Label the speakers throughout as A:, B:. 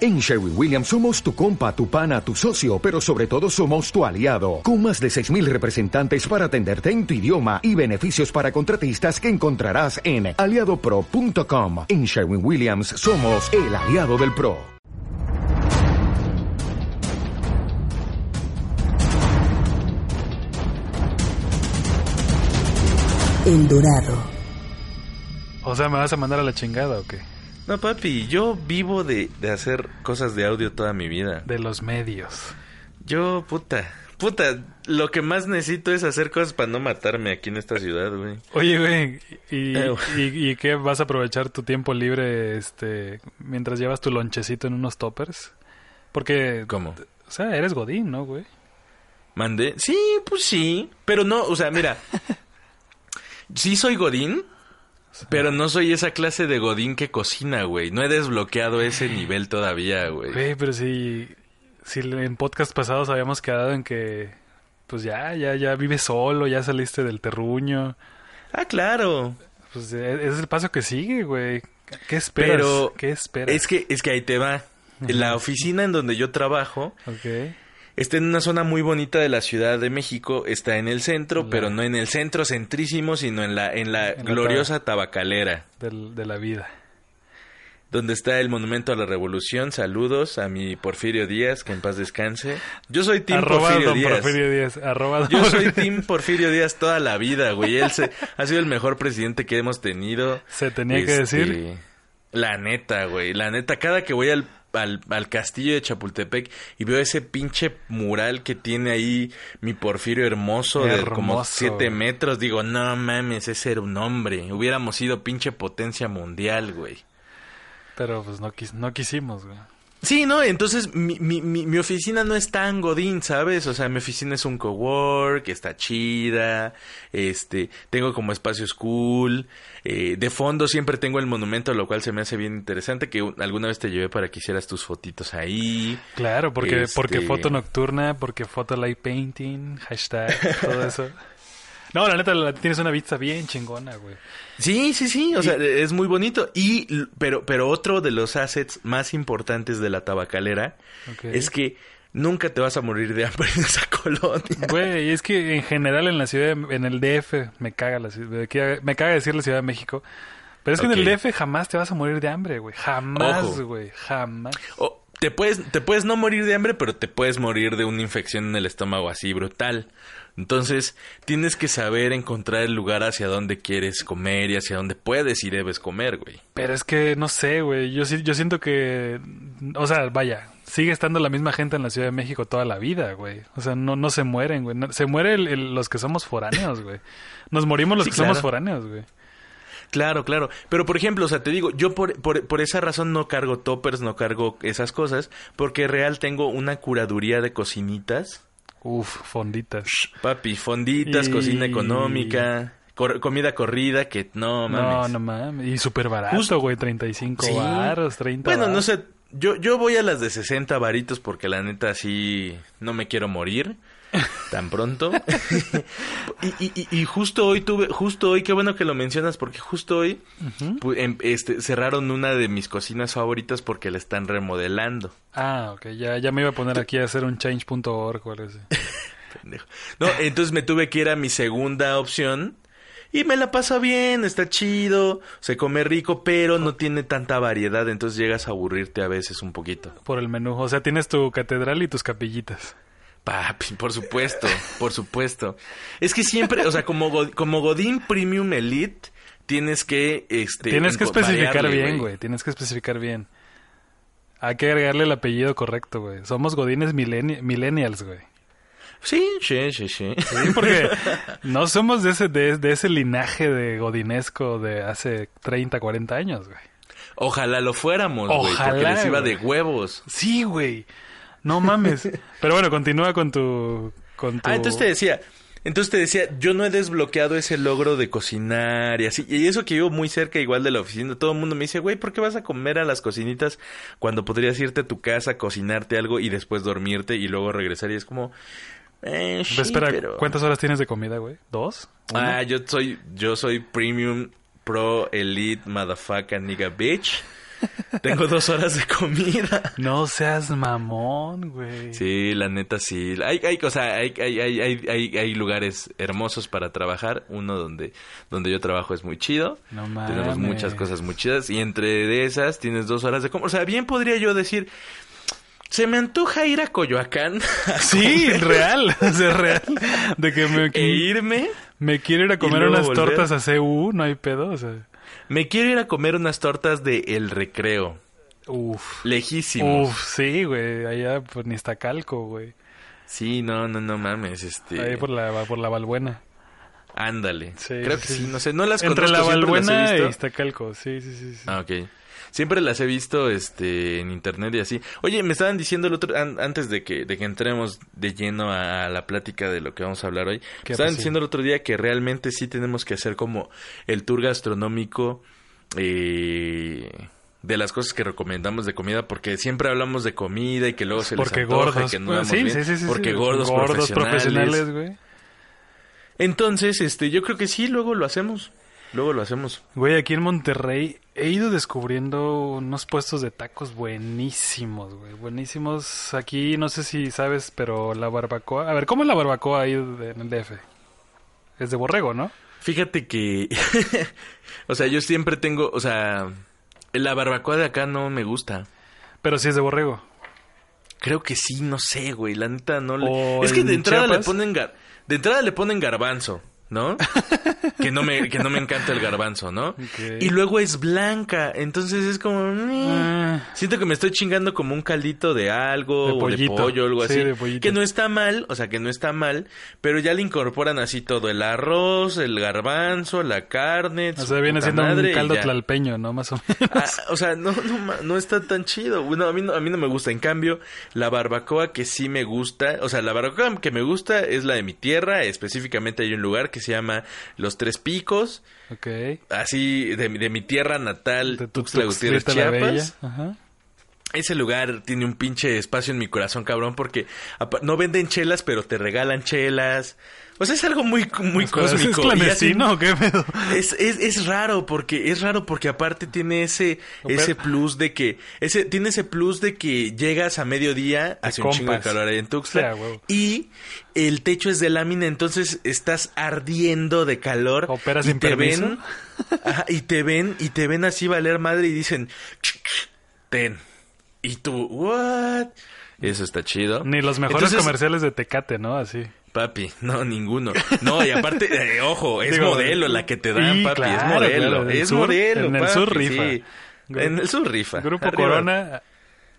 A: En Sherwin Williams somos tu compa, tu pana, tu socio, pero sobre todo somos tu aliado, con más de 6.000 representantes para atenderte en tu idioma y beneficios para contratistas que encontrarás en aliadopro.com. En Sherwin Williams somos el aliado del PRO.
B: El Dorado.
C: O sea, ¿me vas a mandar a la chingada o qué?
D: No, papi, yo vivo de, de hacer cosas de audio toda mi vida.
C: De los medios.
D: Yo, puta, puta, lo que más necesito es hacer cosas para no matarme aquí en esta ciudad, güey.
C: Oye, güey, ¿y,
D: Eh, güey.
C: y, y qué? ¿Vas a aprovechar tu tiempo libre este, mientras llevas tu lonchecito en unos toppers? Porque,
D: ¿Cómo?
C: o sea, eres godín, ¿no, güey?
D: ¿Mandé? Sí, pues sí. Pero no, o sea, mira. sí soy Godín, pero no soy esa clase de Godín que cocina, güey. No he desbloqueado ese nivel todavía, güey.
C: Güey, pero si, si en podcast pasados habíamos quedado en que, pues ya, ya, ya vives solo, ya saliste del terruño.
D: Ah, claro.
C: Pues e- ese es el paso que sigue, güey. ¿Qué esperas?
D: Pero
C: ¿Qué esperas?
D: Es que, es que ahí te va. La oficina en donde yo trabajo
C: Ok.
D: Está en una zona muy bonita de la Ciudad de México, está en el centro,
C: La-
D: pero no en el centro centrísimo, sino en la, en la
C: En la
D: gloriosa tabacalera,
C: del- de la vida.
D: donde está el Monumento a la Revolución. Saludos a mi Porfirio Díaz, que en paz descanse. Yo soy Tim
C: Arroba
D: Porfirio
C: don
D: Díaz.
C: Porfirio Díaz. Arroba don
D: Yo soy
C: Porfirio-
D: Tim Porfirio Díaz toda la vida, güey. Él se- ha sido el mejor presidente que hemos tenido. Este,
C: Se tenía que decir.
D: La neta, güey. La neta, cada que voy al, al, al castillo de Chapultepec y veo ese pinche mural que tiene ahí mi Porfirio hermoso, de como
C: Hermoso,
D: siete
C: güey.
D: metros, digo, no mames, ese era un hombre. Hubiéramos sido pinche potencia mundial, güey.
C: Pero pues no, quis- no quisimos, güey.
D: Sí, no, entonces mi, mi, mi, mi oficina no es tan godín, ¿sabes? O sea, mi oficina es un cowork, está chida, este, tengo como espacios cool, eh, de fondo siempre tengo el monumento, lo cual se me hace bien interesante, que un- alguna vez te llevé para que hicieras tus fotitos ahí.
C: Claro, porque,
D: Este-
C: porque foto nocturna, porque foto light painting, hashtag, todo eso. No, la neta, la- tienes una vista bien chingona, güey.
D: Sí, sí, sí, o sea, e, es muy bonito. Y, l- pero, pero otro de los assets más importantes de la tabacalera
C: Ok.
D: es que nunca te vas a morir de hambre en esa colonia.
C: Güey, es que en general en la ciudad, de- en el DF, me caga, la, ciudad- me caga- me caga decir la Ciudad de México. Pero es que en el
D: Ok.
C: DF jamás te vas a morir de hambre, güey. Jamás,
D: Ojo.
C: güey. Jamás.
D: O te puedes, te puedes no morir de hambre, pero te puedes morir de una infección en el estómago así brutal. Entonces, tienes que saber encontrar el lugar hacia donde quieres comer y hacia dónde puedes y debes comer, güey.
C: Pero es que no sé, güey. Yo, sí- yo siento que. O sea, vaya. Sigue estando la misma gente en la Ciudad de México toda la vida, güey. O sea, no, no se mueren, güey. No- se mueren los que somos foráneos, güey. Nos morimos los
D: Sí,
C: que
D: claro.
C: somos foráneos, güey.
D: Claro, claro. Pero, por ejemplo, o sea, te digo, yo por, por, por esa razón no cargo toppers, no cargo esas cosas, porque real tengo una curaduría de cocinitas.
C: Uf, fonditas.
D: Papi, fonditas,
C: Y-
D: cocina económica, cor- comida corrida, que no mames.
C: No, no mames. Y súper barato,
D: Justo-
C: güey. 35
D: Sí.
C: baros, 30
D: Bueno, no
C: varos.
D: sé. Yo, yo voy a las de 60 varitos porque la neta sí no me quiero morir tan pronto. y, y- y- y justo hoy tuve, justo hoy, qué bueno que lo mencionas porque justo hoy pu- em- este, cerraron una de mis cocinas favoritas porque la están remodelando.
C: Ah, ok. Ya, ya me iba a poner aquí a hacer un change.org o algo así.
D: Pendejo. No, entonces me tuve que ir a mi segunda opción y me la paso bien, está chido, se come rico, pero no tiene tanta variedad, entonces llegas a aburrirte a veces un poquito.
C: Por el menú. O sea, tienes tu catedral y tus capillitas.
D: Papi, por supuesto, por supuesto. Es que siempre, o sea, como, Go- como Godín Premium Elite, tienes que... Este,
C: Tienes que
D: enco-
C: especificar
D: variarle,
C: bien, güey. Tienes que especificar bien. Hay que agregarle el apellido correcto, güey. Somos godines millenni- millennials, güey.
D: Sí, sí, sí, sí.
C: Sí, porque no somos de ese, de, de ese linaje de godinesco de hace 30, 40 años, güey.
D: Ojalá lo fuéramos, güey, porque
C: Ojalá,
D: les iba
C: güey.
D: de huevos.
C: Sí, güey. No mames. Pero bueno, continúa con tu... Con tu...
D: Ah, entonces te decía, entonces te decía, yo no he desbloqueado ese logro de cocinar y así. Y eso que vivo muy cerca igual de la oficina, todo el mundo me dice, güey, ¿por qué vas a comer a las cocinitas cuando podrías irte a tu casa, cocinarte algo y después dormirte y luego regresar? Y es como... Eh, sí,
C: Pues espera,
D: pero-
C: ¿cuántas horas tienes de comida, güey? ¿Dos?
D: Ah, yo soy, yo soy premium pro elite motherfucker nigga bitch. Tengo dos horas de comida.
C: No seas mamón, güey.
D: Sí, la neta sí. Hay, hay, o sea, hay, hay, hay, hay, hay- hay lugares hermosos para trabajar. Uno donde, donde yo trabajo es muy chido.
C: No mames.
D: Tenemos muchas cosas muy chidas. Y entre de esas tienes dos horas de comer. O sea, bien podría yo decir, se me antoja ir a Coyoacán a
C: Sí,
D: comer
C: real, o sea, real. De que me,
D: e irme.
C: me quiero ir a comer
D: luego
C: unas
D: volver.
C: tortas a CU, no hay pedo, o sea.
D: Me quiero ir a comer unas tortas de El Recreo.
C: Uf.
D: Lejísimos.
C: Uf, sí, güey, allá por Nistacalco, güey.
D: Sí, no, no, no mames.
C: Ahí
D: Este,
C: por la, por la Valbuena.
D: ándale.
C: Sí,
D: Creo
C: sí,
D: que sí.
C: sí.
D: no sé. No las
C: Entre la
D: conozco, siempre las he
C: Valbuena
D: visto.
C: y Iztacalco, sí, sí, sí. sí.
D: Ah, ok. Siempre las he visto este, en internet y así. Oye, me estaban diciendo el otro, an- antes de que, de que entremos de lleno a, a la plática de lo que vamos a hablar hoy,
C: ¿Qué
D: me estaban
C: pasó?
D: diciendo el otro día que realmente sí tenemos que hacer como el tour gastronómico eh, de las cosas que recomendamos de comida, porque siempre hablamos de comida y que luego se
C: porque
D: les antoja y
C: gordos.
D: que no
C: pues,
D: vamos
C: sí,
D: bien,
C: sí, sí, sí,
D: porque
C: sí,
D: gordos, profesionales.
C: profesionales, güey.
D: Entonces, este, yo creo que sí, luego lo hacemos. Luego lo hacemos.
C: Güey, aquí en Monterrey he ido descubriendo unos puestos de tacos buenísimos, güey. Buenísimos. Aquí no sé si sabes, pero la barbacoa. A ver, ¿cómo es la barbacoa ahí de- en el DF? Es de borrego, ¿no?
D: Fíjate que, o sea, yo siempre tengo, o sea, la barbacoa de acá no me gusta.
C: Pero sí es de borrego.
D: Creo que sí, no sé, güey, la neta no le...
C: ¿O
D: Es que
C: en
D: de entrada le
C: Chiapas?
D: ponen gar- de entrada le ponen garbanzo, ¿no? que no me que no me encanta el garbanzo, ¿no?
C: Ok.
D: Y luego es blanca, entonces es como "Mm".
C: Ah,
D: Siento que me estoy chingando como un caldito de algo,
C: De
D: o de
C: pollito.
D: pollo, algo
C: Sí,
D: así.
C: de pollito.
D: que no está mal, o sea, que no está mal, pero ya le incorporan así todo: el arroz, el garbanzo, la carne.
C: o
D: su
C: sea, viene
D: puta
C: siendo
D: madre,
C: un
D: y
C: caldo
D: ya.
C: tlalpeño, ¿no? Más o menos.
D: Ah, o sea, no, no, ma- no está tan chido. Bueno, a mí, no, a mí no me gusta. En cambio, la barbacoa que sí me gusta, o sea, la barbacoa que me gusta es la de mi tierra. Específicamente hay un lugar que se llama Los Tres Picos,
C: Ok.
D: así de, mi- de mi tierra natal,
C: De tu-
D: Tuxtla
C: tu-
D: Gutiérrez,
C: Tuxtla la
D: Chiapas.
C: Bella. Ajá.
D: Ese lugar tiene un pinche espacio en mi corazón, cabrón, porque apa- no venden chelas, pero te regalan chelas. O sea, es algo muy, muy
C: O sea, ¿es-
D: cósmico.
C: ¿Es
D: y hacen-
C: clandestino o qué pedo?
D: es, es, es raro porque es raro porque aparte tiene ese
C: Pero-
D: ese plus de que ese tiene ese plus de que llegas a mediodía hace un chingo de
C: compas.
D: calor ahí en Tuxtla
C: Sí, a huevo.
D: y el techo es de lámina entonces estás ardiendo de calor
C: ¿Operas
D: y
C: sin permiso?
D: ven ajá, y te ven y te ven así valer madre y dicen "Ch, ch, ten y tú what eso está chido
C: Ni los mejores
D: Entonces,
C: comerciales de Tecate, ¿no? Así.
D: Papi, no, ninguno. No, y aparte, eh, ojo, es
C: Digo,
D: modelo la que te dan,
C: sí,
D: papi. es
C: claro,
D: modelo,
C: claro, en el
D: es
C: sur-
D: modelo.
C: en el
D: papi,
C: sur rifa.
D: sí.
C: Gru-
D: En el sur rifa.
C: Grupo
D: Arriba.
C: Corona,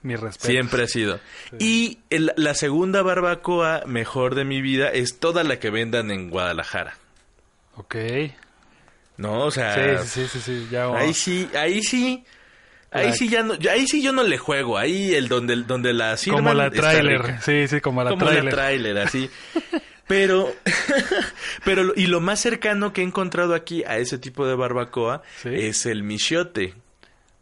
C: mi respeto.
D: Siempre ha sido. Y el- la segunda barbacoa mejor de mi vida es toda la que vendan en Guadalajara.
C: Ok.
D: No, o sea,
C: Sí, sí, sí, sí, sí, ya.
D: ahí Ah. sí, ahí sí, ahí
C: La-
D: sí ya no, ahí sí yo no le juego. Ahí el donde, donde la sirven
C: como la
D: está rica.
C: trailer. Sí, sí, como la
D: como
C: trailer.
D: la tráiler, así. Pero, pero, lo- y lo más cercano que he encontrado aquí a ese tipo de barbacoa
C: Sí.
D: es el michiote.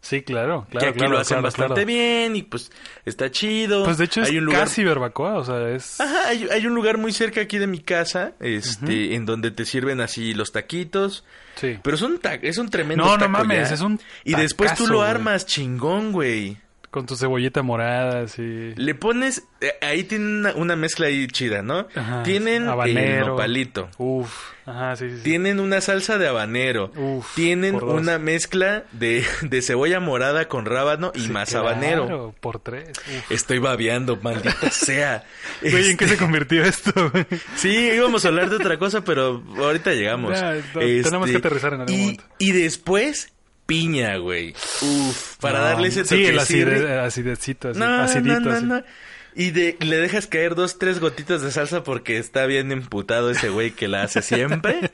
C: sí, claro,
D: que
C: claro.
D: aquí
C: claro,
D: lo hacen
C: claro,
D: bastante
C: claro.
D: bien y pues está chido.
C: Pues de hecho es
D: hay un lugar,
C: casi barbacoa, o sea, es.
D: Ajá, hay, hay un lugar muy cerca aquí de mi casa, este, en donde te sirven así los taquitos.
C: sí.
D: Pero es un, ta- es un tremendo
C: No, no
D: taco
C: mames,
D: ya.
C: es un
D: Y después tú
C: tacazo,
D: lo
C: güey.
D: armas, chingón, güey.
C: Con tu cebollita morada, así.
D: Le pones, eh, ahí tienen una, una mezcla ahí chida, ¿no?
C: Ajá,
D: tienen el
C: habanero.
D: nopalito.
C: Uf. Ajá, sí, sí. sí.
D: Tienen una salsa de habanero.
C: Uf,
D: tienen
C: por dos.
D: una mezcla de, de cebolla morada con rábano y
C: Sí,
D: más
C: claro,
D: habanero.
C: Por tres. Uf.
D: Estoy babeando, maldita sea.
C: Güey, ¿en
D: Este,
C: qué se convirtió esto? güey?
D: Sí, íbamos a hablar de otra cosa, pero ahorita llegamos. Este,
C: Ya, no, tenemos que aterrizar en algún
D: y,
C: momento.
D: Y después, piña, güey. Uf, para
C: No,
D: darle ese
C: Sí, el
D: toquecito.
C: acide, acidecito, así,
D: No,
C: acidito.
D: no, no,
C: así.
D: no. Y de, le dejas caer dos, tres gotitas de salsa porque está bien emputado ese güey que la hace siempre.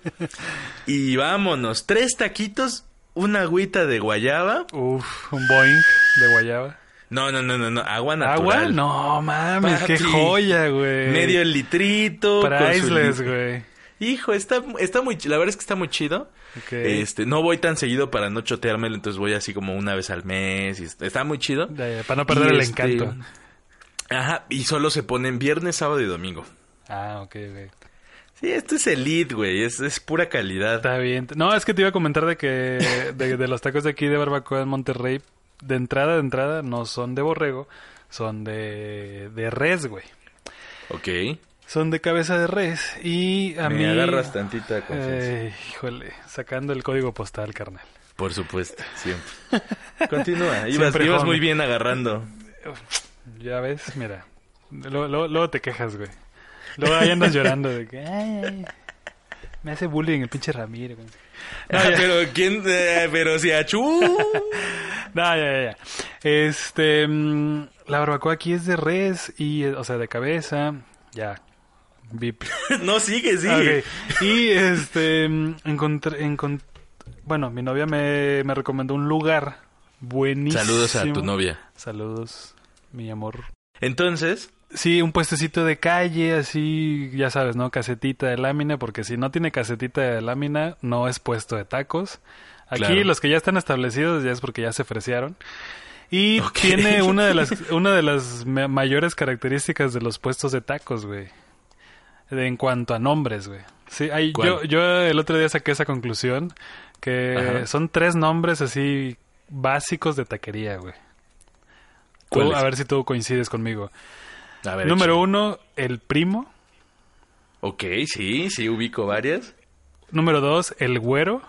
D: y vámonos, tres taquitos, una agüita de guayaba.
C: Uf, un Boeing de guayaba.
D: No, no, no, no, no, agua natural.
C: ¿Agua? No mames,
D: Papi,
C: qué joya, güey.
D: Medio litrito. con su
C: Priceless,
D: li-
C: güey.
D: Hijo, está, está muy, ch- la verdad es que está muy chido.
C: Ok.
D: Este, no voy tan seguido para no choteármelo, entonces voy así como una vez al mes. y est- está muy chido.
C: Ya, ya, para no perder
D: Y
C: el
D: este,
C: encanto.
D: Ajá, y solo se ponen viernes, sábado y domingo.
C: Ah, ok, ok.
D: Sí, esto es elite, güey. Es, es pura calidad.
C: Está bien. No, es que te iba a comentar de que de, de los tacos de aquí de barbacoa en Monterrey de entrada, de entrada, no son de borrego, son de, de res, güey.
D: Ok.
C: Son de cabeza de res y a
D: Me
C: mí... eh,
D: agarras tantita confianza.
C: Ey, híjole, sacando el código postal, carnal.
D: Por supuesto, siempre. Continúa. Ibas,
C: Siempre
D: ibas
C: home.
D: muy bien agarrando.
C: Ya ves, mira. Luego, luego- luego te quejas, güey. Luego ahí andas llorando de que... "Ay, ay, me hace bullying el pinche Ramiro. güey".
D: Ah, pero quién, eh, pero si achú.
C: No, ya, ya, ya. Este, mm, la barbacoa aquí es de res y, eh, o sea, de cabeza. Ya. Bip.
D: No sigue, sigue.
C: Ok. Y este, mm, encontré, encon- bueno, mi novia me, me recomendó un lugar buenísimo.
D: Saludos a tu novia.
C: Saludos, mi amor.
D: Entonces,
C: Sí, un puestecito de calle, así, ya sabes, ¿no? Casetita de lámina, porque si no tiene casetita de lámina, no es puesto de tacos. Aquí
D: Claro.
C: los que ya están establecidos ya es porque ya se ofrecieron. Y
D: Ok.
C: tiene una de las una de las ma- mayores características de los puestos de tacos, güey. De- en cuanto a nombres, güey. Sí, hay-
D: ¿Cuál?
C: yo, yo el otro día saqué esa conclusión que
D: Ajá.
C: son tres nombres así básicos de taquería, güey. Tú,
D: ¿Cuáles?
C: a ver si tú coincides conmigo.
D: a ver.
C: Número uno, el primo.
D: échale. Ok, sí, sí, ubico varias.
C: Número dos, el güero.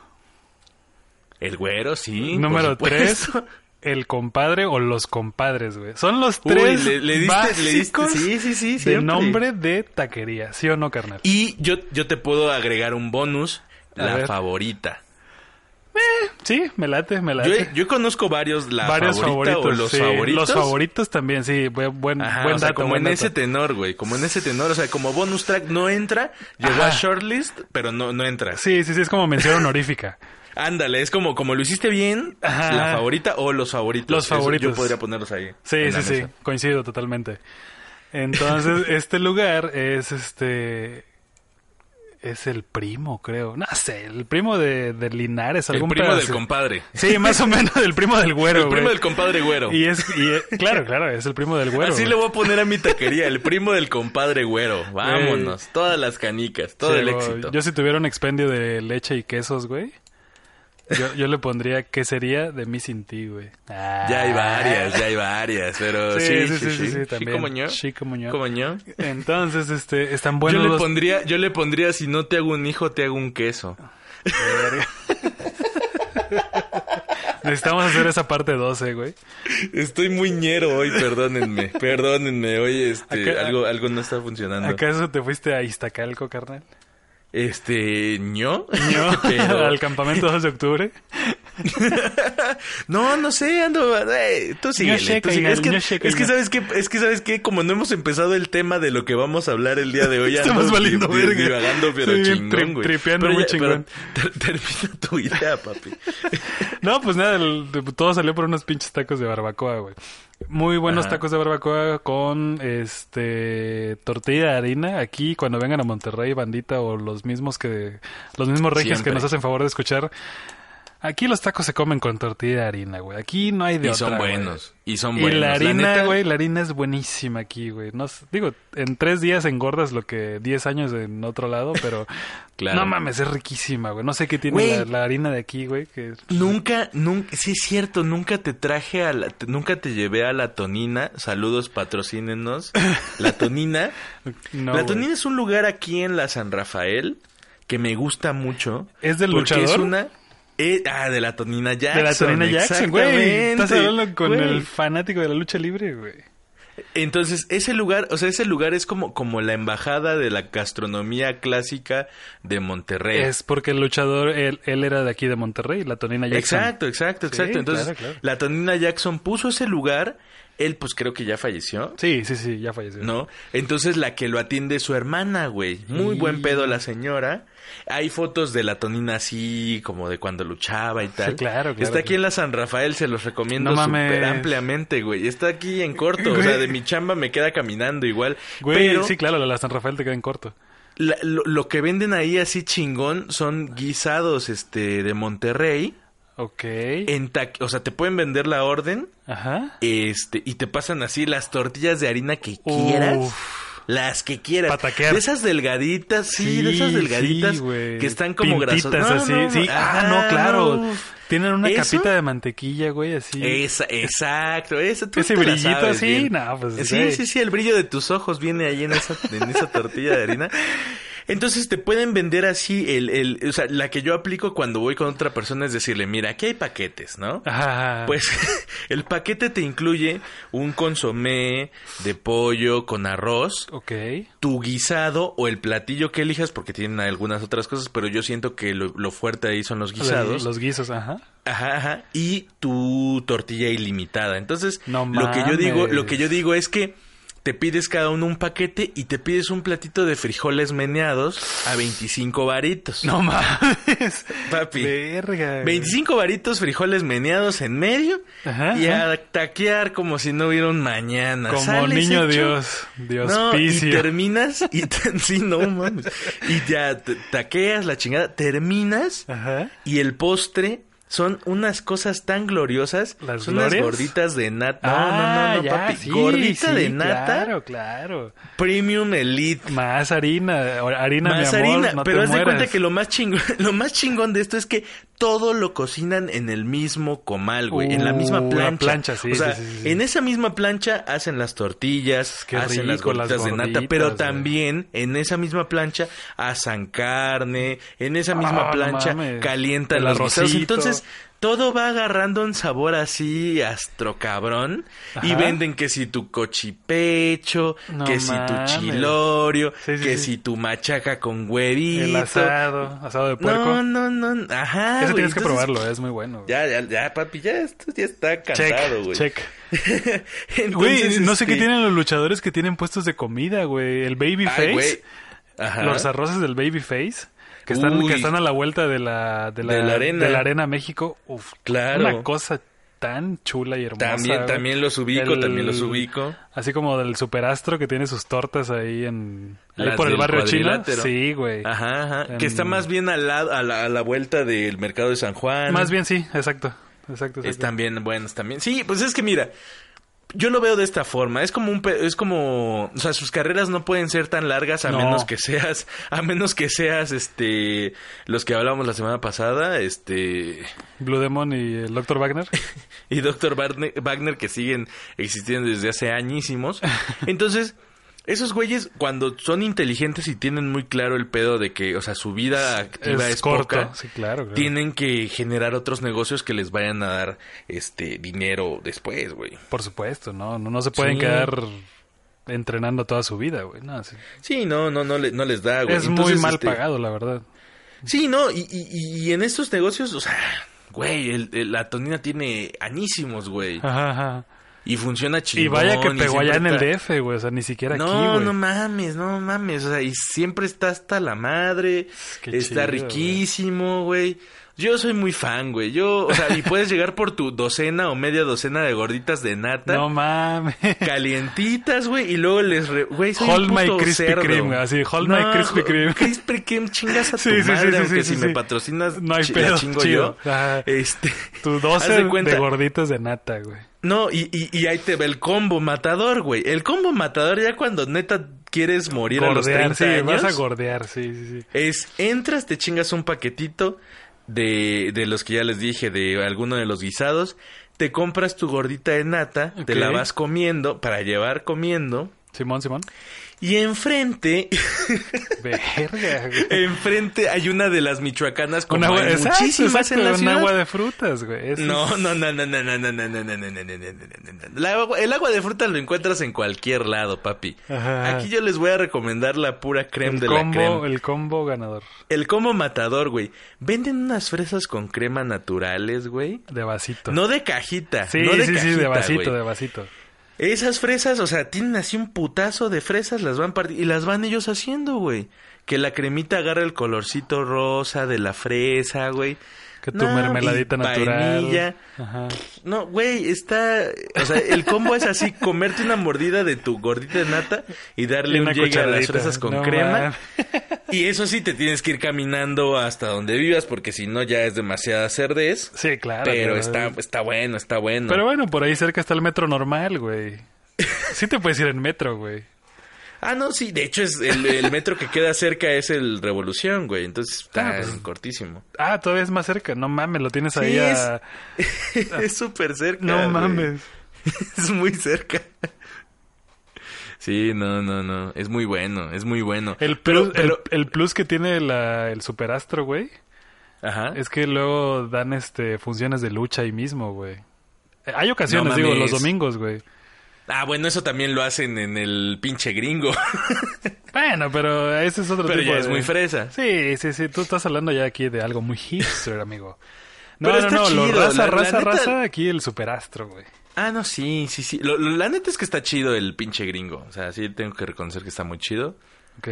D: El güero, sí. por
C: Número tres,
D: supuesto.
C: el compadre o los compadres, güey. Son los
D: Uy,
C: tres
D: le- le diste- le diste-
C: básicos
D: sí, sí, sí,
C: de
D: siempre.
C: nombre de taquería. ¿Sí o no, carnal?
D: Y yo, yo te puedo agregar un bonus,
C: A
D: la
C: ver.
D: favorita.
C: Sí, me late, me
D: Yo,
C: late.
D: yo conozco varios, la
C: Varios
D: favorita
C: favoritos.
D: o los
C: sí.
D: favoritos.
C: Los favoritos también, sí. bu- Buen,
D: Ajá,
C: buen
D: o sea,
C: dato,
D: como
C: buen
D: en
C: dato.
D: ese tenor, güey, como en ese tenor, o sea, como bonus track no entra, llegó a
C: Ajá.
D: shortlist, pero no, no entra.
C: Sí, sí, sí, es como mención honorífica.
D: Ándale, es como, como lo hiciste bien,
C: Ajá.
D: la favorita o los favoritos.
C: Los
D: Eso
C: favoritos.
D: yo podría ponerlos ahí.
C: Sí,
D: en
C: sí,
D: la
C: sí,
D: mesa.
C: coincido totalmente. Entonces, este lugar es este. Es el primo, creo. No sé, el primo de, de Linares,
D: El
C: algún
D: primo del
C: pedazo.
D: compadre.
C: Sí, más o menos el primo del güero.
D: el primo
C: güey.
D: del compadre güero.
C: Y es, y es- claro, claro, es el primo del güero.
D: Así
C: güey.
D: le voy a poner a mi taquería, el primo del compadre güero. Vámonos, todas las canicas, todo
C: Sí,
D: el
C: güey,
D: éxito.
C: Yo si tuviera un expendio de leche y quesos, güey. Yo, yo le pondría ¿Qué sería de mí sin ti, güey? Ah.
D: Ya hay varias, ya hay varias, pero sí, sí, sí, sí,
C: también.
D: como yo,
C: Sí, como yo.
D: como yo.
C: Entonces, este, están buenos
D: yo le
C: los-
D: pondría, yo le pondría si no te hago un hijo, te hago un queso.
C: Necesitamos hacer esa parte 12, güey.
D: Estoy muy ñero hoy, perdónenme, perdónenme, hoy este
C: Acá-
D: algo, algo no está funcionando.
C: ¿Acaso te fuiste a Iztacalco, carnal?
D: Este ño,
C: No,
D: Pero-
C: al campamento 2 de octubre.
D: no, no sé, ando, eh, tú síguele,
C: sé,
D: tú síguele.
C: carnal,
D: es que,
C: no sé,
D: es que
C: carnal.
D: sabes que, es que sabes que como no hemos empezado el tema de lo que vamos a hablar el día de hoy,
C: Estamos
D: ando
C: valiendo
D: di- di-
C: verga.
D: divagando, pero
C: Sí, bien
D: chingón,
C: tri-
D: güey.
C: tripeando
D: Pero
C: muy
D: ya-
C: chingón.
D: pero ter- termina tu idea, papi.
C: No, pues nada, el- todo salió por unos pinches tacos de barbacoa, güey. Muy buenos
D: Ajá.
C: tacos de barbacoa con este tortilla de harina. Aquí cuando vengan a Monterrey, bandita o los mismos que los mismos regios
D: Siempre.
C: que nos hacen favor de escuchar. Aquí los tacos se comen con tortilla de harina, güey. Aquí no hay de
D: Y
C: otra,
D: son
C: güey.
D: buenos, y son
C: Y
D: buenos.
C: la harina,
D: neta,
C: güey, la harina es buenísima aquí, güey. No, sé, digo, en tres días engordas lo que diez años en otro lado, pero
D: Claro.
C: no mames, es riquísima, güey. No sé qué tiene
D: Güey.
C: la, la harina de aquí, güey. Que...
D: Nunca, nunca, sí es cierto, nunca te traje a la, te- nunca te llevé a la Tonina. Saludos, patrocínenos. La Tonina.
C: No,
D: la
C: güey.
D: Tonina es un lugar aquí en la San Rafael que me gusta mucho.
C: ¿Es del
D: porque
C: luchador?
D: Es una, eh, ah, de la Tonina Jackson.
C: De la Serena Jackson, güey. Estás
D: exactamente,
C: hablando con
D: güey.
C: el fanático de la lucha libre, güey.
D: Entonces, ese lugar, o sea, ese lugar es como, como la embajada de la gastronomía clásica de Monterrey.
C: Es porque el luchador, él, él era de aquí de Monterrey, la Tonina Jackson.
D: Exacto, exacto,
C: Sí,
D: exacto. Entonces,
C: claro, claro.
D: la Tonina Jackson puso ese lugar. Él, pues creo que ya falleció,
C: Sí, sí, sí, ya falleció.
D: ¿no? Entonces, la que lo atiende es su hermana, güey. Muy buen pedo
C: Mm.
D: la señora. Hay fotos de la Tonina así, como de cuando luchaba y tal.
C: claro, claro,
D: Está aquí
C: claro.
D: en la San Rafael, se los recomiendo
C: No mames.
D: súper ampliamente, güey. Está aquí en corto, o sea,
C: Güey.
D: de mi chamba me queda caminando igual.
C: Güey,
D: pero
C: sí, claro, la la San Rafael te queda en corto.
D: la- lo, lo que venden ahí así chingón son guisados, este, de Monterrey.
C: Ok.
D: En ta- o sea, te pueden vender la orden
C: Ajá.
D: este y te pasan así las tortillas de harina que
C: Uf.
D: quieras. Las que quieras.
C: Pataquear.
D: De esas delgaditas, sí, de esas
C: Sí,
D: delgaditas
C: sí, güey.
D: que están como
C: Pintitas
D: grasosas. No,
C: así,
D: no, no.
C: sí. Ah, no, claro.
D: no.
C: Tienen una
D: ¿Eso?
C: capita de mantequilla, güey, así.
D: Esa, exacto, esa tú
C: Ese
D: te la
C: brillito
D: sabes
C: así,
D: bien.
C: no, pues,
D: sí,
C: güey.
D: sí, sí, el brillo de tus ojos viene ahí en esa, en esa tortilla de harina. Entonces te pueden vender así el, el, o sea, la que yo aplico cuando voy con otra persona es decirle, mira, aquí hay paquetes, ¿no?
C: Ajá, ajá.
D: Pues el paquete te incluye un consomé de pollo con arroz,
C: Ok.
D: tu guisado o el platillo que elijas, porque tienen algunas otras cosas, pero yo siento que lo, lo fuerte ahí son los guisados.
C: Los, los guisos, ajá.
D: Ajá, ajá. Y tu tortilla ilimitada. Entonces,
C: No
D: lo que yo
C: mames.
D: digo, lo que yo digo es que te pides cada uno un paquete y te pides un platito de frijoles meneados a 25 varitos.
C: No mames.
D: Papi.
C: Verga. güey.
D: 25 varitos frijoles meneados en medio
C: Ajá,
D: y
C: ajá.
D: a taquear como si no hubiera un mañana.
C: Como
D: Sales
C: niño
D: hecho-
C: Dios. Dios
D: no, y
C: picio.
D: terminas y te- sí, no mames. Y ya te- taqueas la chingada, terminas
C: Ajá.
D: y el postre son unas cosas tan gloriosas.
C: ¿Las
D: son
C: glorias?
D: unas gorditas de nata. No,
C: Ah,
D: no, no, no,
C: ya,
D: papi.
C: sí,
D: Gordita
C: sí,
D: de nata,
C: Claro, claro.
D: premium elite.
C: Más harina, o- harina,
D: Más
C: mi amor,
D: harina,
C: no te
D: pero haz de
C: mueras.
D: cuenta que lo más chingón, lo más chingón de esto es que todo lo cocinan en el mismo comal, güey, en la
C: Uh,
D: misma
C: la
D: plancha.
C: plancha, sí,
D: o sea,
C: sí, sí, sí.
D: en esa misma plancha hacen las tortillas,
C: Qué
D: hacen las
C: rico, las
D: gorditas de nata,
C: gorditas,
D: pero
C: güey.
D: también en esa misma plancha asan carne, en esa misma
C: Ah, no
D: plancha
C: mames.
D: calientan
C: El
D: los guisados.
C: arrocito.
D: Entonces, todo va agarrando un sabor así astro cabrón y
C: Ajá.
D: venden que si tu cochipecho,
C: No
D: que si tu
C: mames.
D: chilorio,
C: Sí, sí,
D: que
C: sí.
D: si tu machaca con huevito.
C: El asado, asado de puerco.
D: No, no, no. Ajá.
C: Ese
D: güey,
C: tienes que
D: entonces-
C: probarlo, es muy bueno. güey.
D: Ya, ya, ya, papi, ya, esto ya está
C: check,
D: cantado, güey.
C: check.
D: Entonces,
C: Güey, no sé qué
D: este,
C: tienen los luchadores que tienen puestos de comida, güey. El baby
D: ay,
C: face,
D: güey. Ajá.
C: los arroces del baby face, que están,
D: Uy.
C: que están a la vuelta de la, de la,
D: De la arena.
C: de la arena México. Uf,
D: Claro.
C: Una cosa tan chula y hermosa.
D: También,
C: güey.
D: también los ubico,
C: El-
D: también los ubico.
C: Así como del superastro que tiene sus tortas ahí en ahí
D: Las
C: por el
D: del
C: barrio chino.
D: cuadrilátero.
C: Sí, güey.
D: Ajá, ajá. que
C: Em,
D: está más bien al lado, a la, a la vuelta del mercado de San Juan.
C: Más bien sí, exacto. Exacto, exacto.
D: Están bien buenos también. Sí, pues es que mira, yo lo veo de esta forma. Es como un pe- es como, o sea, sus carreras no pueden ser tan largas a
C: No.
D: menos que seas, a menos que seas, este, los que hablábamos la semana pasada, este,
C: Blue Demon y el Dr. Wagner.
D: y Dr. Wagner, Wagner, que siguen existiendo desde hace añísimos. Entonces, esos güeyes cuando son inteligentes y tienen muy claro el pedo de que, o sea, su vida activa es,
C: corto.
D: poca,
C: Sí, claro. claro.
D: tienen que generar otros negocios que les vayan a dar este dinero después, güey.
C: Por supuesto, no, no, no se pueden
D: Sí.
C: quedar entrenando toda su vida, güey. No, sí.
D: Sí, no, no, no, le- no les da, güey.
C: Es
D: Entonces,
C: muy mal
D: este,
C: pagado, la verdad.
D: Sí, no, y, y- y- y en estos negocios, o sea, güey, el- el- la tonina tiene añísimos, güey.
C: Ajá, ajá.
D: Y funciona
C: Ah.
D: chingón.
C: Y vaya que
D: y
C: pegó allá en
D: siempre
C: el
D: está-
C: DF, güey. O sea, ni siquiera
D: no,
C: aquí, güey.
D: no mames, no mames. O sea, y siempre está hasta la madre.
C: Qué chido,
D: está riquísimo, güey. Yo soy muy fan, güey. Yo, o sea, y puedes llegar por tu docena o media docena de gorditas de nata.
C: No mames.
D: Calientitas, güey, y luego les... re- Güey, soy
C: Hold
D: un
C: my
D: puto
C: Krispy
D: cerdo.
C: Kreme, güey, así, hold my Krispy
D: jo-
C: Kreme.
D: Krispy Kreme, chingas a tu
C: Sí, sí, sí,
D: madre,
C: sí,
D: aunque
C: sí, sí,
D: si me
C: sí.
D: patrocinas,
C: No hay
D: chi- la
C: pedo,
D: chingo
C: chido.
D: yo.
C: Ajá.
D: Este...
C: Tu
D: haz
C: 12
D: de cuenta,
C: de gorditas de nata, güey.
D: No, y, y, y ahí te ve el combo matador, güey. El combo matador ya cuando neta quieres morir a los
C: Gordear,
D: 30
C: sí,
D: años...
C: vas a gordear, sí, sí, sí.
D: Es entras, te chingas un paquetito de, de los que ya les dije, de alguno de los guisados, te compras tu gordita de nata, te
C: Ok.
D: la vas comiendo, para llevar comiendo,
C: Simón, Simón.
D: y enfrente,
C: Verga, güey.
D: enfrente hay una de las michoacanas Eh, como
C: Una agua,
D: hay
C: exacto,
D: muchísimas
C: exacto,
D: en la
C: un
D: ciudad.
C: agua de frutas, güey. Eso
D: No,
C: es-
D: no, no, no, no, no, no, no, no, no, no, no, no, no, no, no. La agua- El agua de fruta lo encuentras en cualquier lado, papi.
C: Ajá.
D: Aquí yo les voy a recomendar la pura creme
C: El
D: de la creme.
C: combo, el combo ganador
D: El combo matador, güey. Venden unas fresas con crema naturales, güey.
C: de vasito.
D: No de cajita.
C: sí,
D: no de
C: sí, sí, de
D: cajita,
C: vasito,
D: güey.
C: de vasito.
D: Esas fresas, o sea, tienen así un putazo de fresas, las van parti- y las van ellos haciendo, güey. Que la cremita agarra el colorcito rosa de la fresa, güey.
C: Que tu
D: No, y
C: mermeladita natural.
D: vainilla.
C: Ajá.
D: No, güey, está... O sea, el combo es así, comerte una mordida de tu gordita de nata y darle
C: Y
D: un
C: una
D: llegue a las
C: cucharadita.
D: fresas con
C: No
D: crema.
C: mames.
D: Y eso sí, te tienes que ir caminando hasta donde vivas porque si no ya es demasiada cerdez.
C: Sí, claro.
D: Pero
C: claro.
D: está, está bueno, está bueno.
C: Pero bueno, por ahí cerca está el metro normal, güey. Sí te puedes ir en metro, güey.
D: Ah, no, sí, de hecho es el, el metro que queda cerca es el Revolución, güey. Entonces está
C: Ah, pues.
D: cortísimo.
C: Ah, todavía es más cerca. No mames, lo tienes ahí
D: Sí,
C: a...
D: es súper cerca.
C: No
D: güey.
C: mames.
D: es muy cerca. Sí, no, no, no. Es muy bueno, es muy bueno.
C: El
D: Pero-
C: plus, el-
D: pero-
C: el, plus que tiene la- el superastro, güey,
D: Ajá.
C: es que luego dan este funciones de lucha ahí mismo, güey. Eh, Hay ocasiones,
D: No
C: digo, los
D: mames.
C: domingos, güey.
D: Ah, bueno, eso también lo hacen en el pinche gringo.
C: Bueno, pero ese es otro
D: Pero
C: tipo
D: ya es
C: de-
D: muy fresa.
C: Sí, sí, sí. Tú estás hablando ya aquí de algo muy hipster, amigo. No,
D: Pero
C: no,
D: está
C: no. lo
D: chido,
C: raza,
D: la- la
C: raza,
D: neta-
C: raza. Aquí el superastro, güey.
D: Ah, no, sí, sí, sí. Lo- lo- la neta es que está chido el pinche gringo. O sea, sí tengo que reconocer que está muy chido.
C: ¿Ok?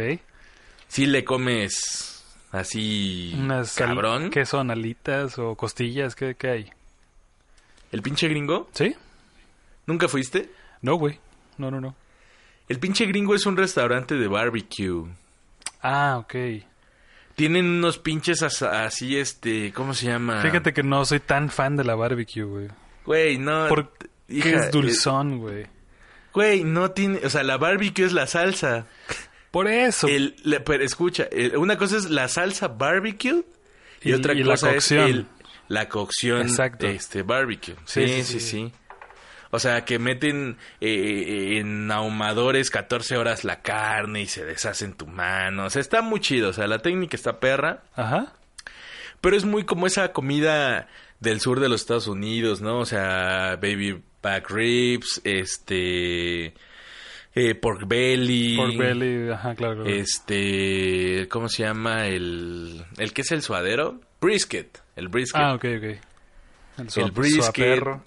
D: Sí le comes así
C: Unas al-
D: cabrón.
C: ¿Qué son? ¿Alitas o costillas? ¿Qué, qué hay?
D: ¿El pinche gringo?
C: ¿Sí?
D: ¿Nunca fuiste?
C: No, güey. No, no, no.
D: El pinche gringo es un restaurante de barbecue.
C: Ah, ok.
D: Tienen unos pinches asa- así, este, ¿cómo se llama?
C: Fíjate que no soy tan fan de la barbecue, güey.
D: Güey, no.
C: Porque
D: hija,
C: es dulzón, güey.
D: eh, Güey, no tiene, o sea, la barbecue es la salsa.
C: Por eso.
D: El- la- pero escucha, el- una cosa es la salsa barbecue y,
C: Y-
D: otra
C: y la
D: cosa
C: cocción.
D: es el- la cocción
C: Exacto.
D: este barbecue.
C: Sí,
D: Sí,
C: sí, sí.
D: sí, sí. O sea, que meten eh, en ahumadores 14 horas la carne y se deshacen tu mano. O sea, está muy chido. O sea, la técnica está perra.
C: Ajá.
D: Pero es muy como esa comida del sur de los Estados Unidos, ¿no? O sea, baby back ribs, este... eh, pork belly.
C: Pork belly. ah. Ajá, claro. claro.
D: Este, ¿cómo se llama el el que es el suadero? Brisket, el brisket.
C: ah, ok, ok. El, sua-
D: brisket.
C: suaperro.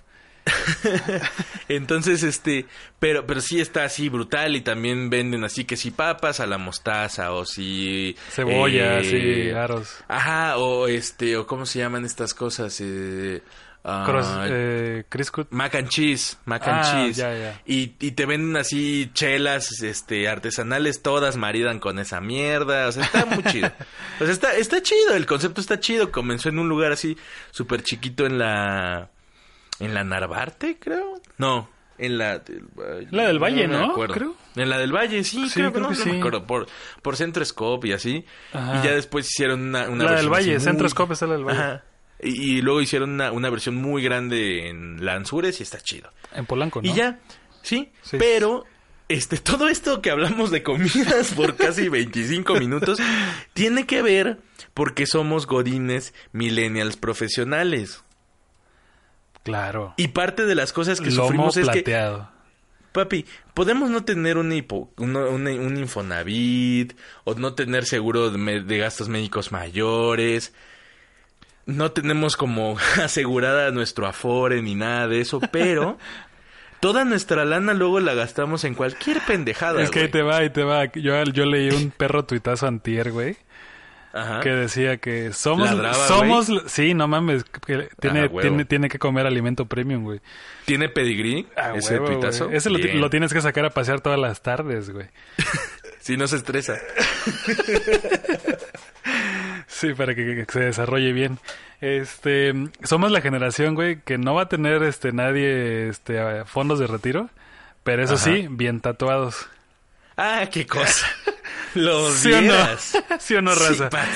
D: Entonces, este, pero pero sí está así brutal y también venden así que si papas a la mostaza o si
C: Cebolla,
D: eh,
C: sí, aros.
D: Ajá, o este, o cómo se llaman estas cosas, eh, ah,
C: Cross, eh, Criscut.
D: Mac and cheese, mac and
C: Ah,
D: cheese.
C: ya, ya.
D: Y, y te venden así chelas este, artesanales, todas maridan con esa mierda. O sea, está muy chido. O sea, está, está chido, el concepto está chido. Comenzó en un lugar así súper chiquito en la... En la Narvarte, creo. No, en la...
C: La del Valle,
D: me
C: ¿no?
D: acuerdo.
C: Creo.
D: En la del Valle, sí,
C: Sí,
D: creo,
C: creo
D: no,
C: que
D: no
C: sí.
D: me acuerdo. Por, por Centro Scope y así.
C: Ajá.
D: Y ya después hicieron una... una
C: La del
D: versión así
C: Valle,
D: muy-
C: Centro Scope es la del Valle.
D: Ajá. Y, y luego hicieron una, una versión muy grande en Lanzures y está chido.
C: En Polanco, Pues ¿no?
D: Y ya, ¿sí?
C: Sí.
D: Pero este todo esto que hablamos de comidas por casi 25 minutos tiene que ver porque somos godines millennials profesionales.
C: Claro.
D: Y parte de las cosas que
C: Lomo
D: sufrimos es que,
C: plateado.
D: papi, podemos no tener un, hipo- uno- un, un Infonavit o no tener seguro de, me- de gastos médicos mayores. No tenemos como asegurada nuestro afore ni nada de eso, pero toda nuestra lana luego la gastamos en cualquier pendejada.
C: Es que ahí
D: güey.
C: te va, ahí te va. Yo, yo leí un perro tuitazo antier, güey.
D: Ajá.
C: que decía que somos
D: Ah. Ladraba, güey.
C: somos sí no mames que tiene,
D: Ah, huevo.
C: tiene tiene que comer alimento premium güey
D: ¿Tiene pedigrí
C: Ah,
D: ese
C: huevo, güey.
D: tuitazo?
C: ese lo, ti-
D: Bien.
C: lo tienes que sacar a pasear todas las tardes güey
D: Sí, no se estresa.
C: sí para que, que- que se desarrolle bien este somos la generación güey que no va a tener este nadie este a- fondos de retiro pero eso
D: Ajá.
C: sí bien tatuados
D: Ah, qué cosa. Lo
C: sí o no
D: vieras.
C: sí o no
D: Sí,
C: raza
D: papi.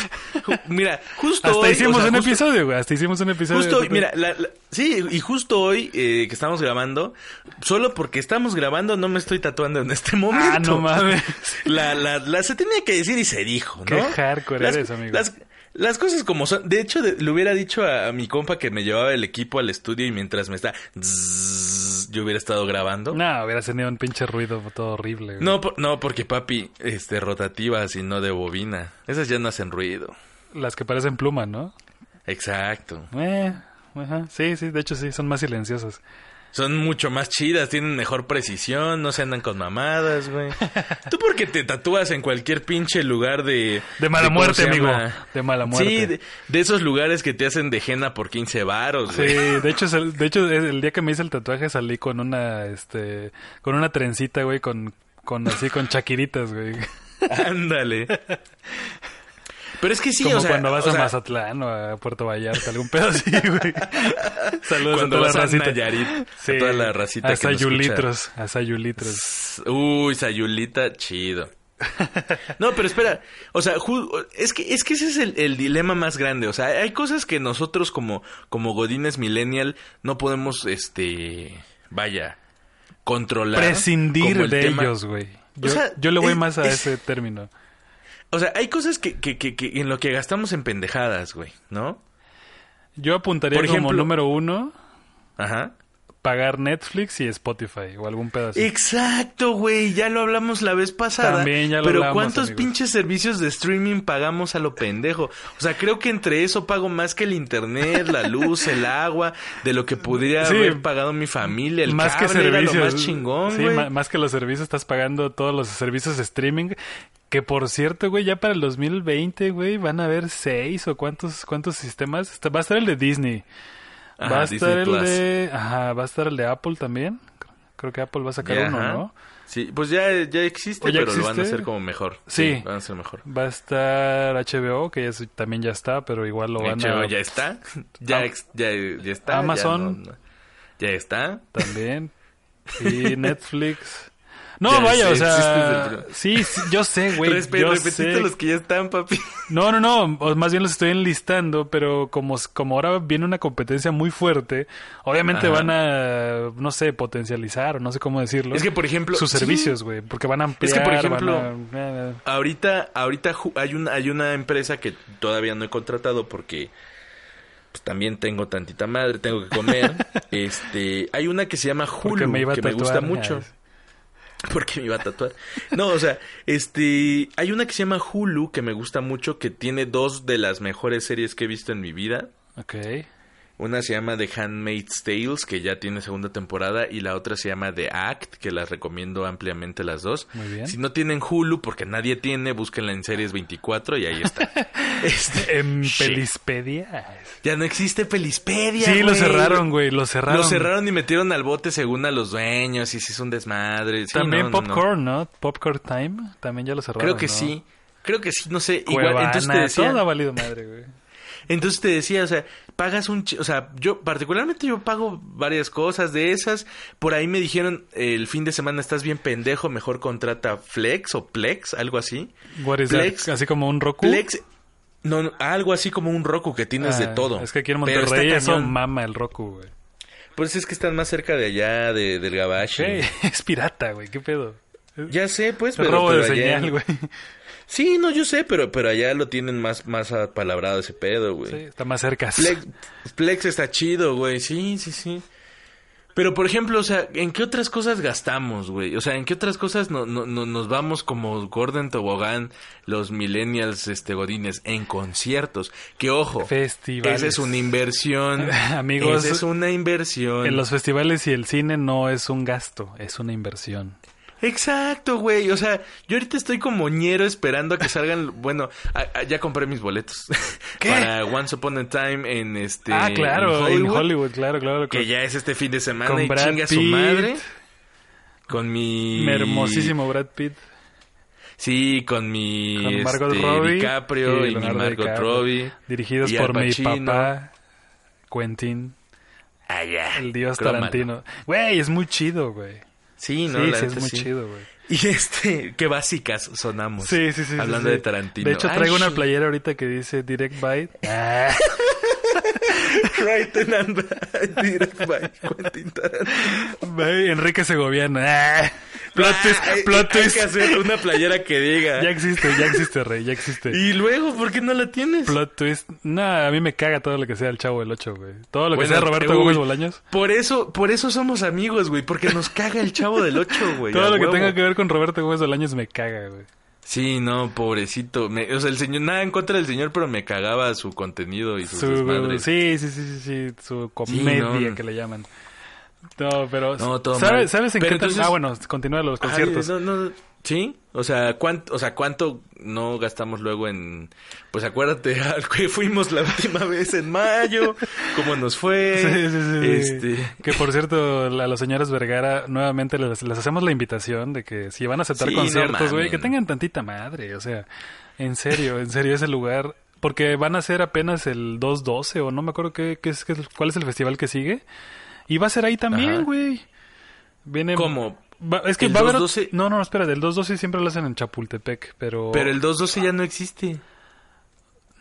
D: Ju- Mira, justo
C: hasta
D: hoy,
C: hicimos
D: o sea,
C: un
D: justo-
C: episodio güey hasta hicimos un episodio
D: Justo hoy,
C: de-
D: mira, la- la- sí, y justo hoy eh, que estamos grabando, solo porque estamos grabando no me estoy tatuando en este momento.
C: ah no mames
D: La, la, la- se tenía que decir y se dijo, ¿no?
C: Qué hardcore
D: Las-
C: eres, amigo.
D: Las, las cosas como son. De hecho, de- le hubiera dicho a, a mi compa que me llevaba el equipo al estudio y mientras me está... zzzz, yo hubiera estado grabando.
C: no hubiera tenido un pinche ruido todo horrible güey.
D: No, por- no, porque papi, este, rotativas y no de bobina. Esas ya no hacen ruido.
C: Las que parecen pluma, ¿no?
D: Exacto.
C: Eh, ajá. Sí, sí, de hecho sí, son más silenciosas.
D: Son mucho más chidas, tienen mejor precisión, no se andan con mamadas, güey. Tú porque te tatúas en cualquier pinche lugar de...
C: De mala
D: cómo se
C: muerte, amigo.
D: llama.
C: De mala muerte.
D: Sí, de, de esos lugares que te hacen de jena por 15 varos,
C: Sí,
D: güey.
C: de hecho, sal- de hecho el el día que me hice el tatuaje salí con una, este, con una trencita, güey, con, con así, con chaquiritas, güey.
D: Ándale. Pero es que sí,
C: Como
D: o sea,
C: cuando vas
D: o
C: a
D: sea,
C: Mazatlán o a Puerto Vallarta, algún pedo así, güey. Saludos
D: Cuando
C: a toda
D: vas a
C: la racita.
D: Nayarit, a toda la racita
C: A
D: que nos
C: Sayulitros, a Sayulitros.
D: Uy, Sayulita, chido. No, pero espera, o sea, ju- es que, es que ese es el, el dilema más grande, o sea, hay cosas que nosotros como, como Godines Millennial no podemos, este, vaya, controlar. como
C: Prescindir
D: el
C: de
D: tema-
C: ellos, güey.
D: O
C: Yo,
D: sea,
C: yo le voy
D: es-
C: más a
D: es-
C: ese término.
D: O sea, hay cosas que, que, que, que en lo que gastamos en pendejadas, güey, ¿no?
C: Yo apuntaría
D: Por
C: como
D: ejemplo-
C: número uno
D: Ajá.
C: pagar Netflix y Spotify o algún pedazo.
D: Exacto, güey, ya lo hablamos la vez pasada.
C: También ya lo
D: pero
C: hablamos,
D: ¿cuántos
C: amigos.
D: pinches servicios de streaming pagamos a lo pendejo? O sea, creo que entre eso pago más que el internet, la luz, el agua, de lo que pudiera
C: Sí.
D: haber pagado mi familia, el
C: más que
D: cable era
C: servicios.
D: lo más chingón,
C: sí,
D: güey.
C: ma- más que los servicios, estás pagando todos los servicios de streaming. Que por cierto, güey, ya para el 2020, güey, van a haber seis o cuántos, cuántos sistemas. Está- Va a estar el de Disney.
D: Ajá,
C: va a
D: Ah, Disney
C: estar el
D: Plus.
C: de. Ajá, va a estar el de Apple también. Creo que Apple va a sacar
D: Ya,
C: uno,
D: ajá.
C: ¿no?
D: Sí, pues ya, ya existe,
C: ¿O ya
D: pero lo van a
C: existe?
D: hacer como mejor.
C: Sí.
D: lo van a hacer mejor.
C: Va a estar HBO, que ya es- también ya está, pero igual lo van
D: HBO
C: a.
D: ya está, ya,
C: Am-
D: ex- ya, ya está. ya
C: Amazon.
D: no- no- ya está.
C: También. Y Netflix. No,
D: Ya
C: vaya,
D: sé,
C: o
D: existe
C: sea.
D: desde el-
C: Sí, sí, yo sé, güey.
D: Respe-
C: yo
D: repetite
C: sé.
D: los que ya están, papi.
C: No, no, no. o Más bien los estoy enlistando, pero como, como ahora viene una competencia muy fuerte, obviamente
D: Ajá.
C: van a, no sé, potencializar, o no sé cómo decirlo.
D: Es que, por ejemplo,
C: Sus
D: sí.
C: servicios, güey. Porque van a ampliar.
D: por
C: van
D: ejemplo,
C: a- eh,
D: Ahorita, ahorita ju- hay una, hay una empresa que todavía no he contratado porque pues, también tengo tantita madre, tengo que comer. este, hay una que se llama
C: porque
D: Hulu
C: me iba a
D: que me
C: tatuar, ya
D: gusta mucho.
C: ves.
D: Porque me iba a tatuar. No, o sea, este, hay una que se llama Hulu que me gusta mucho que tiene dos de las mejores series que he visto en mi vida.
C: Ok.
D: Una se llama The Handmaid's Tales, que ya tiene segunda temporada, y la otra se llama The Act, que las recomiendo ampliamente las dos.
C: Muy bien.
D: Si no tienen Hulu, porque nadie tiene, búsquenla en Series 24 y ahí está. Este,
C: En
D: Shit.
C: Pelispedia.
D: ya no existe Felispedia.
C: Sí, lo
D: güey.
C: cerraron, güey. Lo cerraron.
D: Lo cerraron y metieron al bote según a los dueños, y se hizo un desmadre. Sí,
C: También
D: no, no, no.
C: Popcorn, no, Popcorn Time. También ya lo cerraron.
D: Creo que
C: ¿no?
D: sí. Creo que sí, no sé. Igual,
C: Cuevana,
D: entonces te decía-
C: todo ha valido madre, güey.
D: Entonces te decía, o sea, pagas un... chi- O sea, yo particularmente yo pago varias cosas de esas. Por ahí me dijeron, eh, el fin de semana estás bien pendejo, mejor contrata Flex o Plex, algo así.
C: What is
D: Plex.
C: that? Así como un Roku.
D: Plex, no, no, algo así como un Roku que tienes de
C: Ah,
D: todo.
C: Es que aquí en
D: Pero está
C: Monterrey eso
D: cañón.
C: mama el Roku, güey.
D: Pues es que están más cerca de allá, de, del gabacho.
C: Che, es pirata, güey. ¿Qué pedo? Es
D: Ya sé, pues, pero...
C: robo de
D: pero allá-
C: señal, güey.
D: Sí, no, yo sé, pero, pero allá lo tienen más, más apalabrado ese pedo, güey.
C: Sí, está más cerca.
D: Plex, Plex está chido, güey. Sí, sí, sí. Pero, por ejemplo, o sea, ¿en qué otras cosas gastamos, güey? O sea, ¿en qué otras cosas no, no- no- nos vamos como Gordon Tobogán, los millennials, este, godines, en conciertos? Que, ojo,
C: Festivales.
D: esa es una inversión.
C: Amigos,
D: Esa es una inversión.
C: En los festivales y el cine no es un gasto, es una inversión.
D: Exacto, güey. O sea, yo ahorita estoy como ñero esperando a que salgan. Bueno, a- a- ya compré mis boletos.
C: ¿Qué?
D: Para Once Upon a Time en este.
C: ah, claro,
D: en
C: en Hollywood, claro, claro.
D: Que
C: con-
D: ya es este fin de semana
C: con
D: y
C: Brad
D: chinga su
C: Pitt.
D: madre. Con mi...
C: mi hermosísimo Brad Pitt.
D: Sí, con mi...
C: Con Margot
D: este,
C: Robbie.
D: DiCaprio y, mi
C: Leonardo
D: Margot
C: DiCaprio,
D: Robbie.
C: Dirigidos
D: y Al
C: por mi
D: Pacino.
C: papá, Quentin,
D: Ah, ya.
C: el dios
D: Crómalo.
C: Tarantino. Güey, es muy chido, güey. Sí,
D: Sí, no, La
C: sí, es
D: neta,
C: muy
D: sí.
C: chido, güey.
D: Y este... Qué básicas sonamos.
C: Sí, sí, sí. sí,
D: Hablando
C: sí.
D: de Tarantino.
C: De hecho,
D: Ay,
C: traigo una
D: shit. Ah.
C: playera ahorita que dice Direct Bite.
D: Right and and- direct by Quentin Tarantino.
C: Güey, Enrique Segoviano. Ah. Plot twist,
D: Ah, hay-
C: plot
D: hay
C: twist.
D: que hacer una playera que diga.
C: Ya existe, ya existe, rey, ya existe.
D: Y luego, ¿por qué no la tienes?
C: Plot twist. Nah, a mí me caga todo lo que sea el Chavo del 8, güey. Todo lo que
D: Bueno,
C: sea Roberto
D: Pues uy,
C: Gómez Bolaños.
D: Por eso, por eso somos amigos, güey. Porque nos caga el chavo del 8, güey. a
C: Todo lo que
D: huevo.
C: tenga que ver con Roberto Gómez Bolaños me caga, güey.
D: Sí, no, pobrecito. Me- o sea, el señor, nada en contra del señor, pero me cagaba su contenido y sus
C: Su,
D: desmadres.
C: sí, sí, sí, sí, sí, su comedia
D: no.
C: que le llaman. No, pero
D: No, todo
C: ¿sabes,
D: mal.
C: ¿sabes en
D: Pero
C: qué tal?
D: entonces-
C: Ah, bueno, continúa los
D: Ay,
C: conciertos.
D: no, no, Sí, o sea, ¿cuánto, o sea, cuánto no gastamos luego en, pues acuérdate al que fuimos la última vez en mayo, cómo nos fue,
C: Sí, sí, sí.
D: este,
C: Que por cierto, a las señoras Vergara nuevamente les, les hacemos la invitación de que si van a aceptar
D: Sí, no
C: conciertos, güey,
D: mamen.
C: que tengan tantita madre. O sea, en serio, en serio ese lugar. Porque van a ser apenas el 212 o no me acuerdo qué, qué es, qué es- cuál es el festival que sigue. Y va a ser ahí
D: Ajá.
C: también, güey. Viene...
D: ¿Cómo?
C: Va- es que
D: ¿El
C: va a haber...
D: 212?
C: No, no, espera, del 212 siempre lo hacen en Chapultepec, pero...
D: Pero el 212 ya no existe.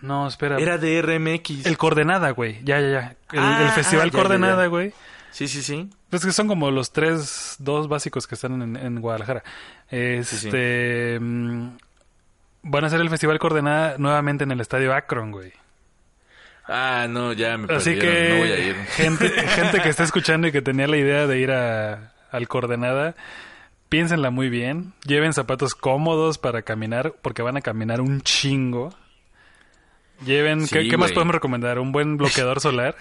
C: No, espera.
D: Era de RMX.
C: El Coordenada, güey. Ya, ya, ya. El,
D: Ah,
C: el
D: ah,
C: Festival
D: ya, ya, ya.
C: Coordenada, güey.
D: Sí, sí, sí.
C: Pues que son como los tres, dos básicos que están en, en Guadalajara.
D: sí.
C: Este. mm, Van a hacer el festival coordenada nuevamente en el estadio Akron, güey.
D: Ah, no, ya me
C: Así
D: perdieron,
C: que.
D: no voy a ir.
C: Gente, gente que está escuchando y que tenía la idea de ir a, al coordenada, piénsenla muy bien. Lleven zapatos cómodos para caminar, porque van a caminar un chingo. Lleven.
D: Sí,
C: ¿qué, qué más
D: güey.
C: podemos recomendar? ¿Un buen bloqueador solar?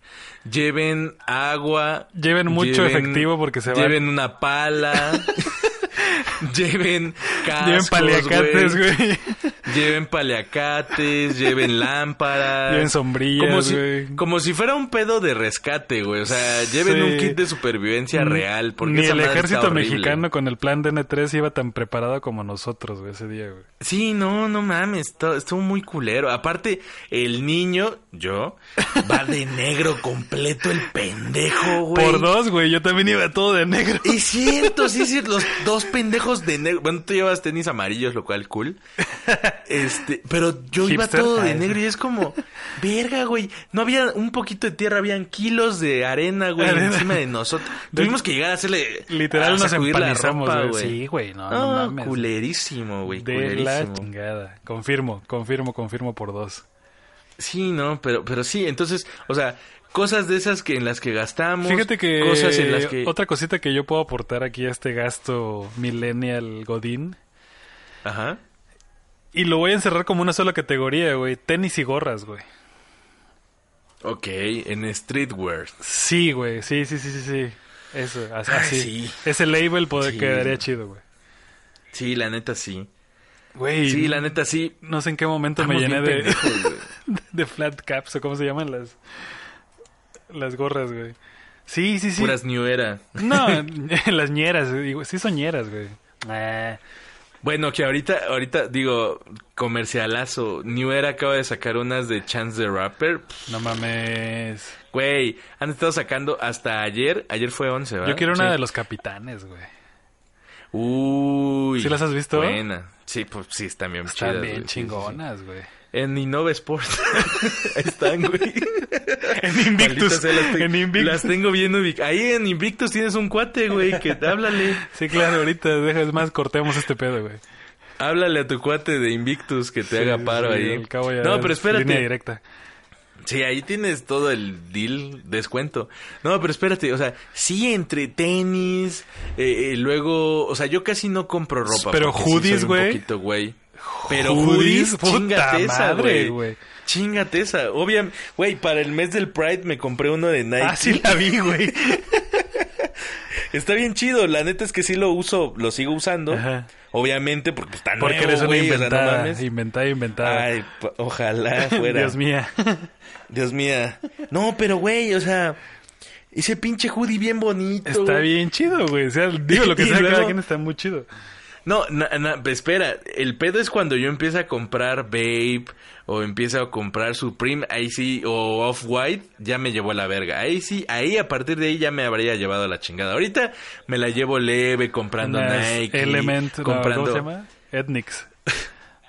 D: Lleven agua.
C: Lleven mucho efectivo porque se van.
D: Lleven una pala. lleven cascos,
C: Lleven paliacates, güey.
D: Lleven paliacates, lleven lámparas.
C: Lleven sombrillas,
D: como si,
C: güey.
D: como si fuera un pedo de rescate, güey. O sea, lleven
C: Sí.
D: un kit de supervivencia real. Porque
C: Ni
D: esa
C: el
D: madre está
C: ejército
D: horrible.
C: mexicano con el plan DN3 iba tan preparado como nosotros, güey, ese día, güey.
D: Sí, no, no mames, está- estuvo muy culero. Aparte, el niño, yo, va de negro completo el pendejo, güey.
C: Por dos, güey, yo también iba todo de negro.
D: Es cierto, sí, sí, los dos pendejos de negro. Bueno, tú llevas tenis amarillos, lo cual cool. Este, pero yo iba
C: Hipster.
D: todo
C: Ah,
D: de
C: sí.
D: negro y es como, verga, güey. No había un poquito de tierra, habían kilos de arena, güey,
C: Arena.
D: encima de nosotros.
C: De-
D: Tuvimos que llegar a hacerle.
C: Literal
D: a
C: nos
D: sacudir la
C: empanizamos,
D: ropa,
C: güey. Sí, güey, no, no
D: Ah,
C: mames.
D: Culerísimo, güey,
C: de la
D: culerísimo.
C: chingada. Confirmo, confirmo, confirmo por dos.
D: Sí, no, pero, pero sí, entonces, o sea, cosas de esas que en las que gastamos.
C: Fíjate que,
D: Cosas en las que.
C: otra cosita que yo puedo aportar aquí a este gasto millennial godín.
D: Ajá.
C: Y lo voy a encerrar como una sola categoría, güey. Tenis y gorras, güey.
D: Ok, en streetwear.
C: Sí, güey. Sí, sí, sí, sí, sí. Eso, así.
D: Ay,
C: así.
D: sí.
C: Ese label poder,
D: Sí.
C: quedaría chido, güey.
D: Sí, la neta sí.
C: Güey.
D: Sí, la neta sí.
C: No sé en qué momento
D: Estamos
C: me llené
D: bien
C: de,
D: pendejos, güey.
C: de flat caps o cómo se llaman las las gorras, güey. Sí, sí, sí.
D: Puras New Era.
C: No, las ñeras, digo, sí son ñeras, güey. Ah,
D: Bueno, que ahorita, ahorita digo, comercialazo. New Era acaba de sacar unas de Chance the Rapper. Pff,
C: no mames.
D: Güey, han estado sacando hasta ayer. Ayer fue 11, ¿verdad?
C: Yo quiero una
D: Sí.
C: de los capitanes, güey.
D: Uy.
C: ¿Sí las has visto?
D: Buena. Sí, pues sí, están bien
C: Están
D: chidas,
C: bien
D: güey. Sí, sí, sí.
C: chingonas, güey.
D: En Innova Sport. Ahí están, güey.
C: En Invictus,
D: Maldita sea, las te-
C: en Invictus.
D: Las tengo bien ubicadas. Ahí en Invictus tienes un cuate, güey, que háblale.
C: Sí, claro, ahorita, deja, es más, cortemos este pedo, güey.
D: Háblale a tu cuate de Invictus que
C: Sí,
D: te haga paro
C: sí,
D: ahí.
C: al cabo ya
D: no, pero
C: es Línea
D: espérate.
C: directa.
D: Sí, ahí tienes todo el deal, descuento. No, pero espérate, o sea, sí entre tenis, eh, eh, luego, o sea, yo casi no compro ropa.
C: Pero
D: porque sí soy
C: hoodies,
D: un
C: güey.
D: poquito, güey. Pero
C: Hoodies,
D: hoodies,
C: puta
D: chingate esa,
C: madre,
D: güey.
C: güey.
D: Chingate esa. Obviamente, güey, para el mes del Pride me compré uno de Nike.
C: Ah, sí la vi, güey.
D: Está bien chido, la neta es que sí lo uso, lo sigo usando.
C: Ajá.
D: Obviamente, porque está
C: Porque
D: nuevo,
C: eres una
D: güey, o sea, no
C: inventada,
D: mames.
C: inventada, inventada.
D: Ay, pa- ojalá fuera.
C: Dios mía.
D: Dios mía. No, pero güey, o sea, ese pinche hoodie bien bonito.
C: Está bien chido, güey. O sea, digo lo que
D: Y
C: sea,
D: luego-
C: cada quien está muy chido.
D: No, na- na- espera, el pedo es cuando yo empiezo a comprar Babe o empiezo a comprar Supreme, ahí sí, o Off-White, ya me llevó a la verga. Ahí sí, ahí a partir de ahí ya me habría llevado a la chingada. Ahorita me la llevo leve comprando
C: Unas
D: Nike,
C: Element, no,
D: comprando
C: ¿cómo se llama? Ethnix.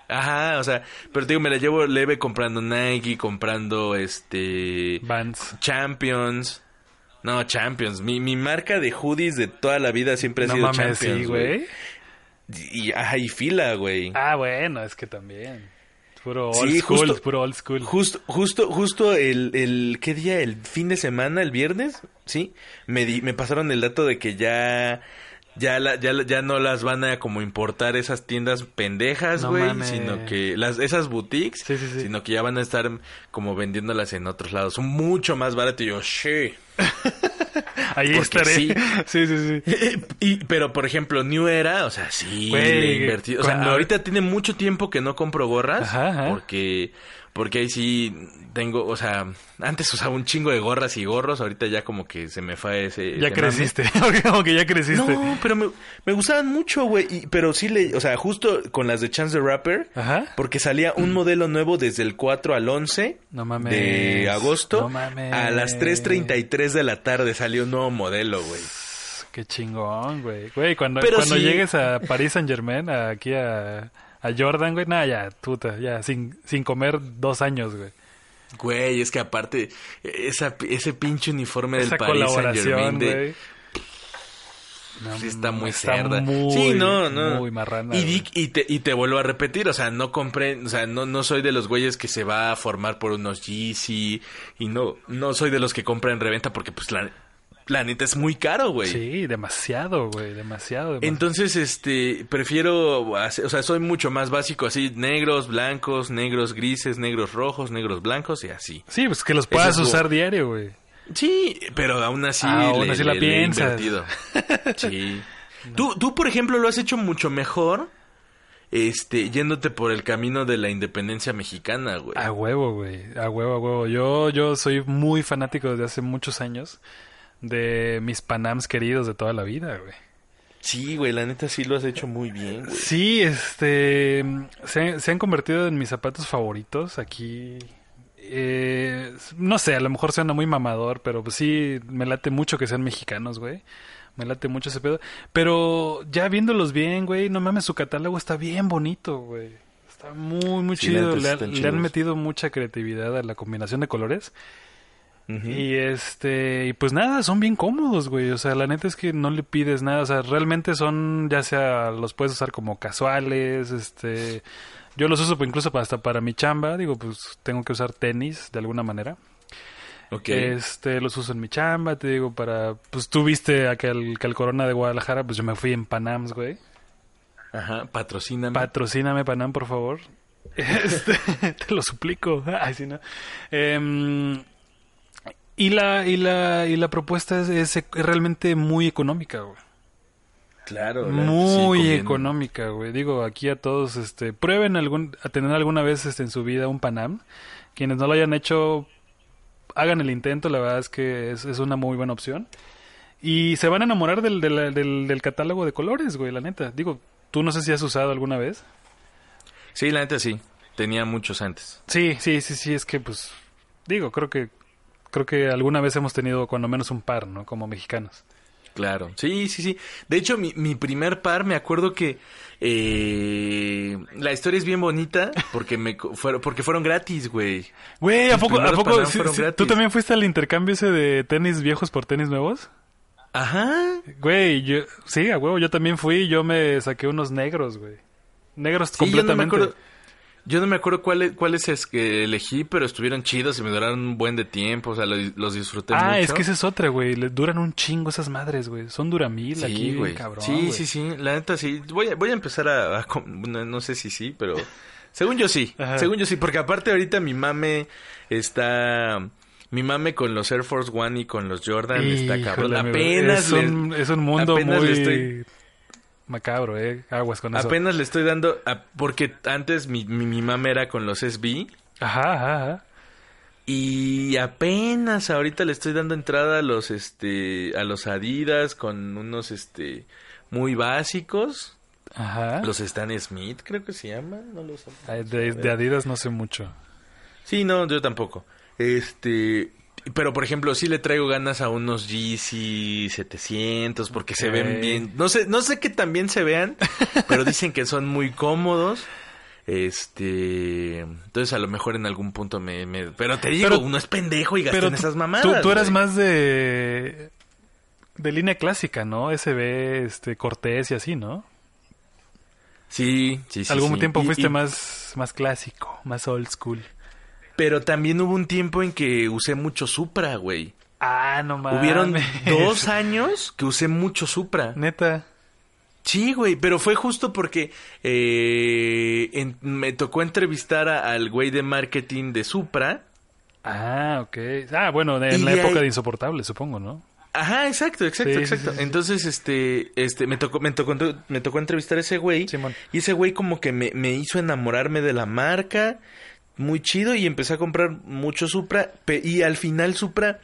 D: Ajá, o sea, pero te digo, me la llevo leve comprando Nike, comprando este
C: Vans.
D: Champions. No, Champions. Mi, mi marca de hoodies de toda la vida siempre ha
C: No
D: sido
C: mames,
D: Champions.
C: sí, güey.
D: Y, ajá, y fila, güey.
C: Ah, bueno, es que también. Puro old
D: Sí,
C: school,
D: justo-
C: puro old school.
D: Justo, justo, justo el, el, ¿qué día? El fin de semana, el viernes, ¿sí? Me, di- me pasaron el dato de que ya, ya, la- ya, la- ya no las van a como importar esas tiendas pendejas,
C: No
D: güey,
C: mames.
D: sino que las, esas boutiques,
C: Sí, sí, sí.
D: sino que ya van a estar como vendiéndolas en otros lados, mucho más barato. Y yo, sí.
C: Ahí
D: Porque
C: estaré.
D: sí.
C: Sí, sí, sí.
D: Y- pero por ejemplo, New Era, o sea, sí,
C: Güey,
D: le invertí. O sea,
C: cuando-
D: ahorita tiene mucho tiempo que no compro gorras.
C: Ajá, ajá.
D: Porque, porque ahí sí tengo, o sea, antes usaba un chingo de gorras y gorros, ahorita ya como que se me fue ese.
C: Ya
D: ese
C: creciste. Como que ya creciste.
D: mame. Eh, No, pero me, me gustaban mucho, güey. y- Pero sí le, o sea, justo con las de Chance the Rapper,
C: Ajá. Mm.
D: porque salía un modelo nuevo desde el 4 al 11
C: No mames.
D: de agosto.
C: No mames.
D: A las 3.33 de la tarde salió un nuevo modelo, güey.
C: Qué chingón, güey. Güey, cuando,
D: Pero
C: cuando
D: sí.
C: llegues a París Saint Germain, aquí a, a Jordan, güey, nada, ya, puta, ya, sin, sin comer dos años, güey.
D: Güey, es que aparte, e-, esa, ese pinche uniforme del
C: Esa
D: Paris Saint
C: colaboración,
D: Germain de,
C: güey. No,
D: sí está muy
C: está
D: cerda.
C: muy-
D: sí, no, no.
C: muy marrana,
D: Y,
C: güey.
D: di- y te, y te vuelvo a repetir, o sea, no compré, o sea, no, no soy de los güeyes que se va a formar por unos Yeezy y no, no soy de los que compran en reventa porque pues la, la neta es muy caro, güey.
C: Sí, demasiado, güey, demasiado. demasiado.
D: Entonces, este, prefiero, hacer- o sea, soy mucho más básico, así, negros, blancos, negros grises, negros rojos, negros blancos y así.
C: sí, pues que los
D: Eso es
C: puedas
D: lo-
C: usar diario, güey.
D: Sí, pero aún así,
C: Ah, aún
D: le-
C: así
D: le-
C: la
D: le he
C: piensas.
D: invertido. Sí. Tú, tú, por ejemplo, lo has hecho mucho mejor este, yéndote por el camino de la independencia mexicana, güey.
C: A huevo, güey. A huevo, a huevo. Yo, yo soy muy fanático desde hace muchos años de mis Panams queridos de toda la vida, güey.
D: Sí, güey, la neta sí lo has hecho muy bien, güey.
C: Sí, este. Se, se han convertido en mis zapatos favoritos aquí. Eh, no sé, a lo mejor suena muy mamador, pero pues sí, me late mucho que sean mexicanos, güey. Me late mucho ese pedo. Pero ya viéndolos bien, güey, no mames, su catálogo está bien bonito, güey. Está muy, muy
D: Sí, la
C: chido.
D: neta sí
C: Le, han-
D: están
C: le han
D: chidos.
C: metido mucha creatividad a la combinación de colores.
D: Ujú.
C: Y este, y pues nada, son bien cómodos, güey. O sea, la neta es que no le pides nada. O sea, realmente son, ya sea, los puedes usar como casuales, este. Yo los uso pues, incluso pa- hasta para mi chamba. Digo, pues tengo que usar tenis de alguna manera.
D: Ok.
C: Este, los uso en mi chamba, te digo, para. Pues tú viste aquel, que el Corona de Guadalajara, pues yo me fui en Panams, güey.
D: Ajá, patrocíname.
C: Patrocíname Panam, por favor. Este, te lo suplico. Ay, sí, no. Em, y la, y la, y la propuesta es, es ec- realmente muy económica, güey.
D: claro. la- sí,
C: Muy
D: conviene.
C: económica, güey. Digo, aquí a todos, este, prueben algún, a tener alguna vez este, en su vida un Panam. Quienes no lo hayan hecho, hagan el intento, la verdad es que es, es una muy buena opción. Y se van a enamorar del, del, del, del catálogo de colores, güey, la neta. Digo, tú no sé si has usado alguna vez.
D: Sí, la neta sí. Tenía muchos antes.
C: Sí, sí, sí, sí, es que pues digo, creo que creo que alguna vez hemos tenido cuando menos un par, ¿no? Como mexicanos.
D: Claro. Sí, sí, sí. De hecho, mi, mi primer par, me acuerdo que eh, la historia es bien bonita porque, me, co- fueron, porque fueron gratis, güey.
C: Güey, ¿a
D: Mis
C: poco, ¿a
D: primeros
C: poco
D: Panam
C: sí,
D: fueron
C: sí, tú
D: gratis.
C: también fuiste al intercambio ese de tenis viejos por tenis nuevos?
D: Ajá.
C: Güey, yo sí, a huevo, yo también fui, yo me saqué unos negros, güey. Negros
D: Sí,
C: completamente.
D: Yo no me acuerdo, yo no me acuerdo cuáles cuáles es que elegí, pero estuvieron chidos y me duraron un buen de tiempo. O sea, lo- los, disfruté
C: ah,
D: mucho.
C: es que esa es otra, güey, le duran un chingo esas madres, güey. Son duramil
D: Sí,
C: aquí,
D: güey.
C: cabrón.
D: sí,
C: güey.
D: sí, sí. La neta sí. Voy a, voy a empezar a, a com- no, no sé si sí, pero según yo sí.
C: Ajá.
D: Según yo sí, porque aparte ahorita mi mame está mi mame con los Air Force One y con los Jordan está cabrón.
C: Híjole, amigo,
D: Apenas
C: es
D: le-
C: un, es un mundo
D: apenas le
C: muy
D: estoy-
C: macabro, eh. Aguas con eso.
D: apenas le estoy dando a- porque antes mi, mi, mi mame era con los SB.
C: Ajá, ajá, ajá.
D: Y apenas ahorita le estoy dando entrada a los este a los Adidas con unos este muy básicos,
C: Ajá.
D: los Stan Smith creo que se llaman, no los
C: Ay, De, de Adidas no sé mucho.
D: Sí, no, yo tampoco. Este, pero por ejemplo, sí le traigo ganas a unos Yeezy 700 porque se
C: Ok.
D: ven bien. No sé, no sé que también se vean, pero dicen que son muy cómodos. Este, entonces a lo mejor en algún punto me, me- pero te digo,
C: Pero-
D: uno es pendejo y gastan
C: tú-
D: esas mamadas.
C: Tú, tú eras
D: güey.
C: más de. de línea clásica, ¿no? SB, este, Cortés y así, ¿no?
D: Sí, sí, sí.
C: Algún
D: sí.
C: tiempo
D: Y-
C: fuiste
D: y-
C: más, más clásico, más old school.
D: Pero también hubo un tiempo en que usé mucho Supra, güey.
C: Ah, no mames.
D: Hubieron dos años que usé mucho Supra.
C: Neta.
D: Sí, güey, pero fue justo porque eh, en- me tocó entrevistar a- al güey de marketing de Supra.
C: Ah, ok. Ah, bueno, de- en
D: Y
C: la
D: ahí-
C: época de Insoportable, supongo, ¿no?
D: Ajá, exacto, exacto,
C: Sí, sí,
D: exacto.
C: sí, sí.
D: Entonces, este, este, me tocó, me tocó, me tocó entrevistar a ese güey.
C: Simón.
D: Y ese güey como que me, me hizo enamorarme de la marca. Muy chido. Y empecé a comprar mucho Supra. pe- Y al final Supra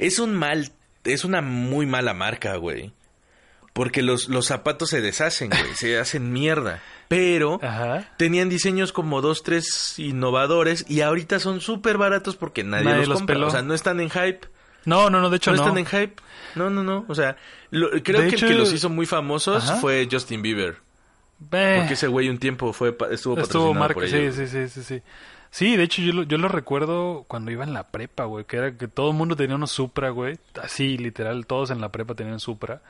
D: es un mal, es una muy mala marca, güey. Porque los, los zapatos se deshacen, güey. se hacen mierda. Pero
C: Ajá.
D: tenían diseños como dos, tres innovadores. Y ahorita son súper baratos porque nadie,
C: Nadie
D: los,
C: los
D: compra.
C: peló.
D: O sea, no están en hype
C: No, no, no, de hecho
D: no,
C: no.
D: están en hype. No, no, no. O sea, lo- creo
C: De
D: que
C: hecho-
D: el que los hizo muy famosos
C: Ajá.
D: fue Justin Bieber.
C: Eh,
D: Porque ese güey un tiempo fue pa- estuvo patrocinado
C: estuvo marca,
D: por
C: sí,
D: ellos.
C: sí, sí, sí, sí. Sí, de hecho yo lo, yo lo recuerdo cuando iba en la prepa, güey, que era que todo el mundo tenía unos Supra, güey. Así, literal, todos en la prepa tenían Supra.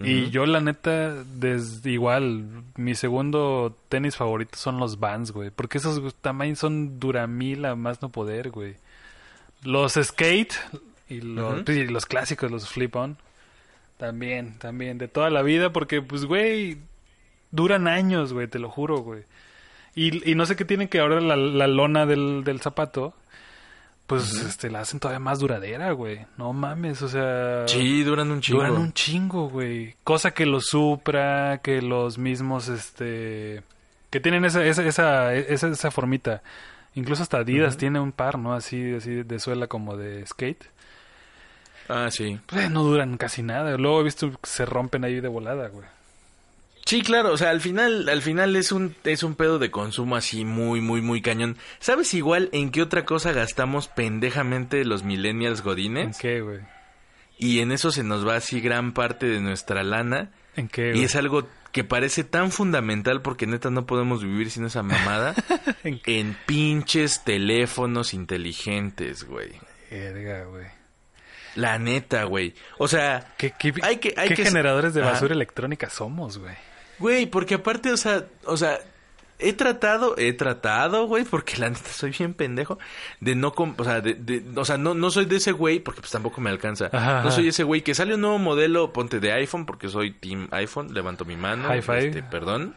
C: Y yo, la neta, desde igual, mi segundo tenis favorito son los Vans, güey. Porque esos güey, también son Duramil a más no poder, güey. Los skate y los,
D: Ujú.
C: y los clásicos, los flip-on. También, también, de toda la vida, porque, pues, güey, duran años, güey, te lo juro, güey. Y, y no sé qué tiene que ahora la, la lona del, del zapato, pues, este, la hacen todavía más duradera, güey. No mames, o sea...
D: Sí, duran un chingo.
C: Duran un chingo, güey. Cosa que los Supra, que los mismos, este... Que tienen esa, esa, esa, esa, esa formita. Incluso hasta Adidas tiene un par, ¿no? Así, así de suela como de skate.
D: Ah, sí.
C: Pues, no duran casi nada. Luego he visto que se rompen ahí de volada, güey.
D: Sí, claro. O sea, al final, al final es un, es un pedo de consumo así muy, muy, muy cañón. ¿Sabes igual en qué otra cosa gastamos pendejamente los millennials
C: ¿En
D: godines?
C: qué, güey?
D: Y en eso se nos va así gran parte de nuestra lana.
C: ¿En qué,
D: Y
C: güey?
D: es algo que parece tan fundamental porque neta no podemos vivir sin esa mamada.
C: ¿En qué?
D: En pinches teléfonos inteligentes, güey.
C: Verga, güey.
D: La neta, güey. O sea,
C: ¿Qué, qué-
D: Hay que- hay
C: qué
D: que-
C: generadores de
D: Ajá.
C: basura electrónica somos, güey?
D: güey, porque aparte, o sea, o sea, he tratado, he tratado, güey, porque la neta soy bien pendejo, de no, com- o sea, de, de- o sea, no, no soy de ese güey, porque pues tampoco me alcanza.
C: Ajá,
D: No
C: ajá.
D: soy ese güey que sale un nuevo modelo, ponte de iPhone, porque soy team iPhone, levanto mi mano,
C: High five.
D: este, perdón,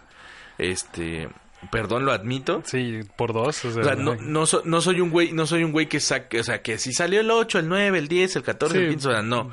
D: este, perdón, lo admito.
C: Sí, por dos. O sea,
D: O sea, no, no, so- no soy un güey, no soy un güey que saque, o sea, que si salió el 8, el 9, el 10, el 14, el
C: Sí.
D: 15, o sea, no.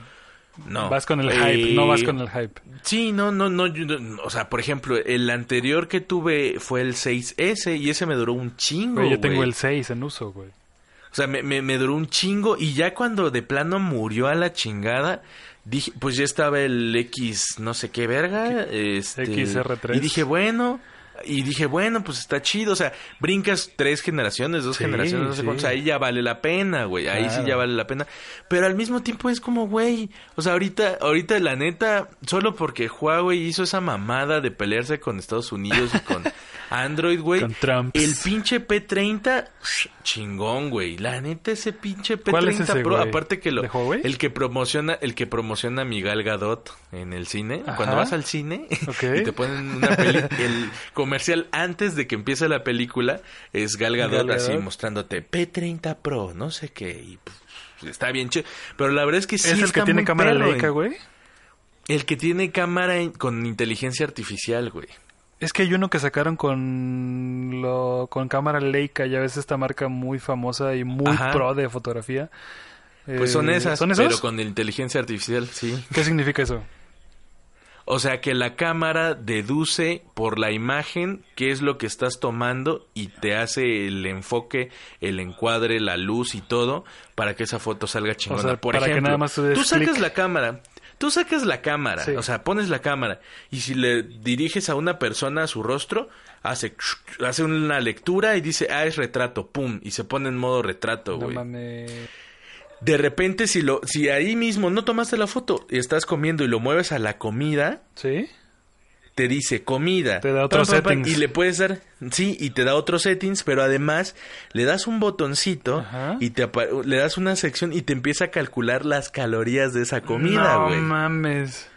D: No.
C: Vas con el
D: Eh,
C: hype, no vas con el hype.
D: Sí, no, no, no, yo no- o sea, por ejemplo, el anterior que tuve fue el 6S y ese me duró un chingo,
C: Güey, yo tengo
D: güey.
C: el 6 en uso, güey.
D: O sea, me, me, me duró un chingo y ya cuando de plano murió a la chingada, dije, pues ya estaba el X, no sé qué verga, este,
C: XR3.
D: y dije, bueno, y dije, bueno, pues está chido, o sea, brincas tres generaciones, dos
C: Sí,
D: generaciones, no sé
C: sí.
D: cuántos, ahí ya vale la pena, güey, ahí sí
C: Claro.
D: ya vale la pena, pero al mismo tiempo es como, güey, o sea, ahorita, ahorita la neta, solo porque Huawei hizo esa mamada de pelearse con Estados Unidos y con Android, güey,
C: Con Trumps.
D: el pinche P30, chingón, güey. La neta, ese pinche P30
C: ¿Cuál es ese,
D: Pro,
C: güey?
D: aparte que lo.
C: ¿De Huawei?
D: El que promociona, el que promociona a Miguel Gadot en el cine.
C: Ajá.
D: Cuando vas al cine
C: Ok.
D: y te ponen una peli, el comercial antes de que empiece la película, es Gal Gadot,
C: Gal
D: así
C: Gadot.
D: mostrándote P30 Pro, no sé qué. Y pues, está bien chido. Pero la verdad es que sí.
C: ¿Es el
D: está
C: que tiene
D: muy
C: cámara
D: perro,
C: Leica,
D: eh.
C: güey?
D: El que tiene cámara en- con inteligencia artificial, güey.
C: Es que hay uno que sacaron con lo, con cámara Leica, ya ves esta marca muy famosa y muy
D: Ajá.
C: pro de fotografía.
D: Pues son
C: Eh,
D: esas,
C: ¿Son esos?
D: pero con inteligencia artificial, sí.
C: ¿Qué significa eso?
D: O sea que la cámara deduce por la imagen qué es lo que estás tomando y te hace el enfoque, el encuadre, la luz y todo para que esa foto salga chingona.
C: sea,
D: por
C: para que
D: ejemplo,
C: nada más tú
D: tú,
C: des
D: sacas
C: clic.
D: la cámara, tú sacas la cámara,
C: Sí.
D: o sea, pones la cámara y si le diriges a una persona a su rostro, hace hace una lectura y dice, "Ah, es retrato", pum, y se pone en modo retrato,
C: No
D: güey.
C: mames.
D: De repente, si lo, si ahí mismo no tomaste la foto y estás comiendo y lo mueves a la comida,
C: ¿Sí?
D: te dice comida.
C: Te da otros
D: Pam, pam, pam,
C: settings.
D: Y le puedes dar, sí, y te da otros settings, pero además le das un botoncito
C: Ajá.
D: y te apa- le das una sección y te empieza a calcular las calorías de esa comida,
C: No
D: güey.
C: mames.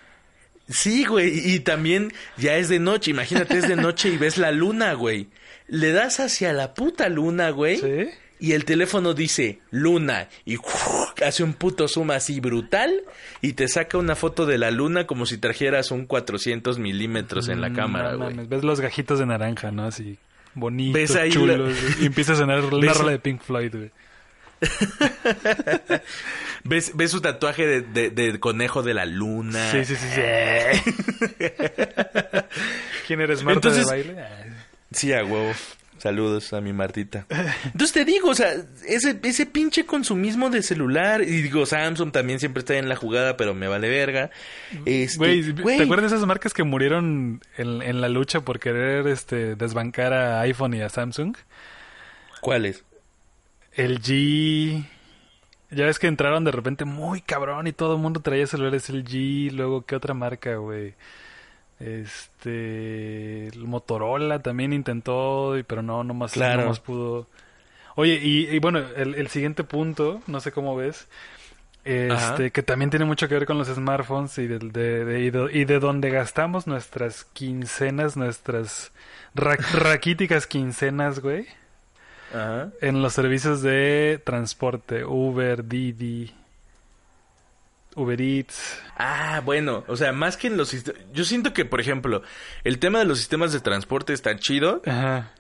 D: Sí, güey, y también ya es de noche, imagínate, es de noche y ves la luna, güey. Le das hacia la puta luna, güey.
C: ¿Sí?
D: Y el teléfono dice luna y hace un puto zoom así brutal y te saca una foto de la luna como si trajeras un 400 milímetros en la
C: Mm, No
D: cámara, güey.
C: mames. Ves los gajitos de naranja, ¿no? Así bonitos,
D: Ves ahí
C: chulos.
D: la-
C: güey. Y empieza a sonar una
D: Ves-
C: rola de Pink Floyd, güey.
D: ¿Ves, ves su tatuaje de, de- de conejo de la luna? Eh.
C: Sí, sí, sí. sí. ¿Quién eres, Marta
D: Entonces-
C: de baile? Ah,
D: Sí, a huevo. Saludos a mi Martita. Entonces te digo, o sea, ese, ese pinche consumismo de celular. Y digo, Samsung también siempre está en la jugada, pero me vale verga. Este,
C: Güey,
D: güey,
C: ¿te acuerdas de esas marcas que murieron en, en la lucha por querer este, desbancar a iPhone y a Samsung?
D: ¿Cuáles?
C: El G. Ya ves que entraron de repente muy cabrón y todo el mundo traía celulares el G. Luego, ¿qué otra marca, güey? Este. El Motorola también intentó, y- pero no, no más,
D: Claro.
C: no más pudo. Oye, y, y bueno, el, el siguiente punto, no sé cómo ves. Este,
D: Ajá.
C: que también tiene mucho que ver con los smartphones y de, de- de- y do- y de donde gastamos nuestras quincenas, nuestras ra- raquíticas quincenas, güey.
D: Ajá.
C: En los servicios de transporte, Uber, Didi, Uber Eats.
D: Ah, bueno, o sea, más que en los... sist- Yo siento que, por ejemplo, el tema de los sistemas de transporte está chido,
C: Ajá.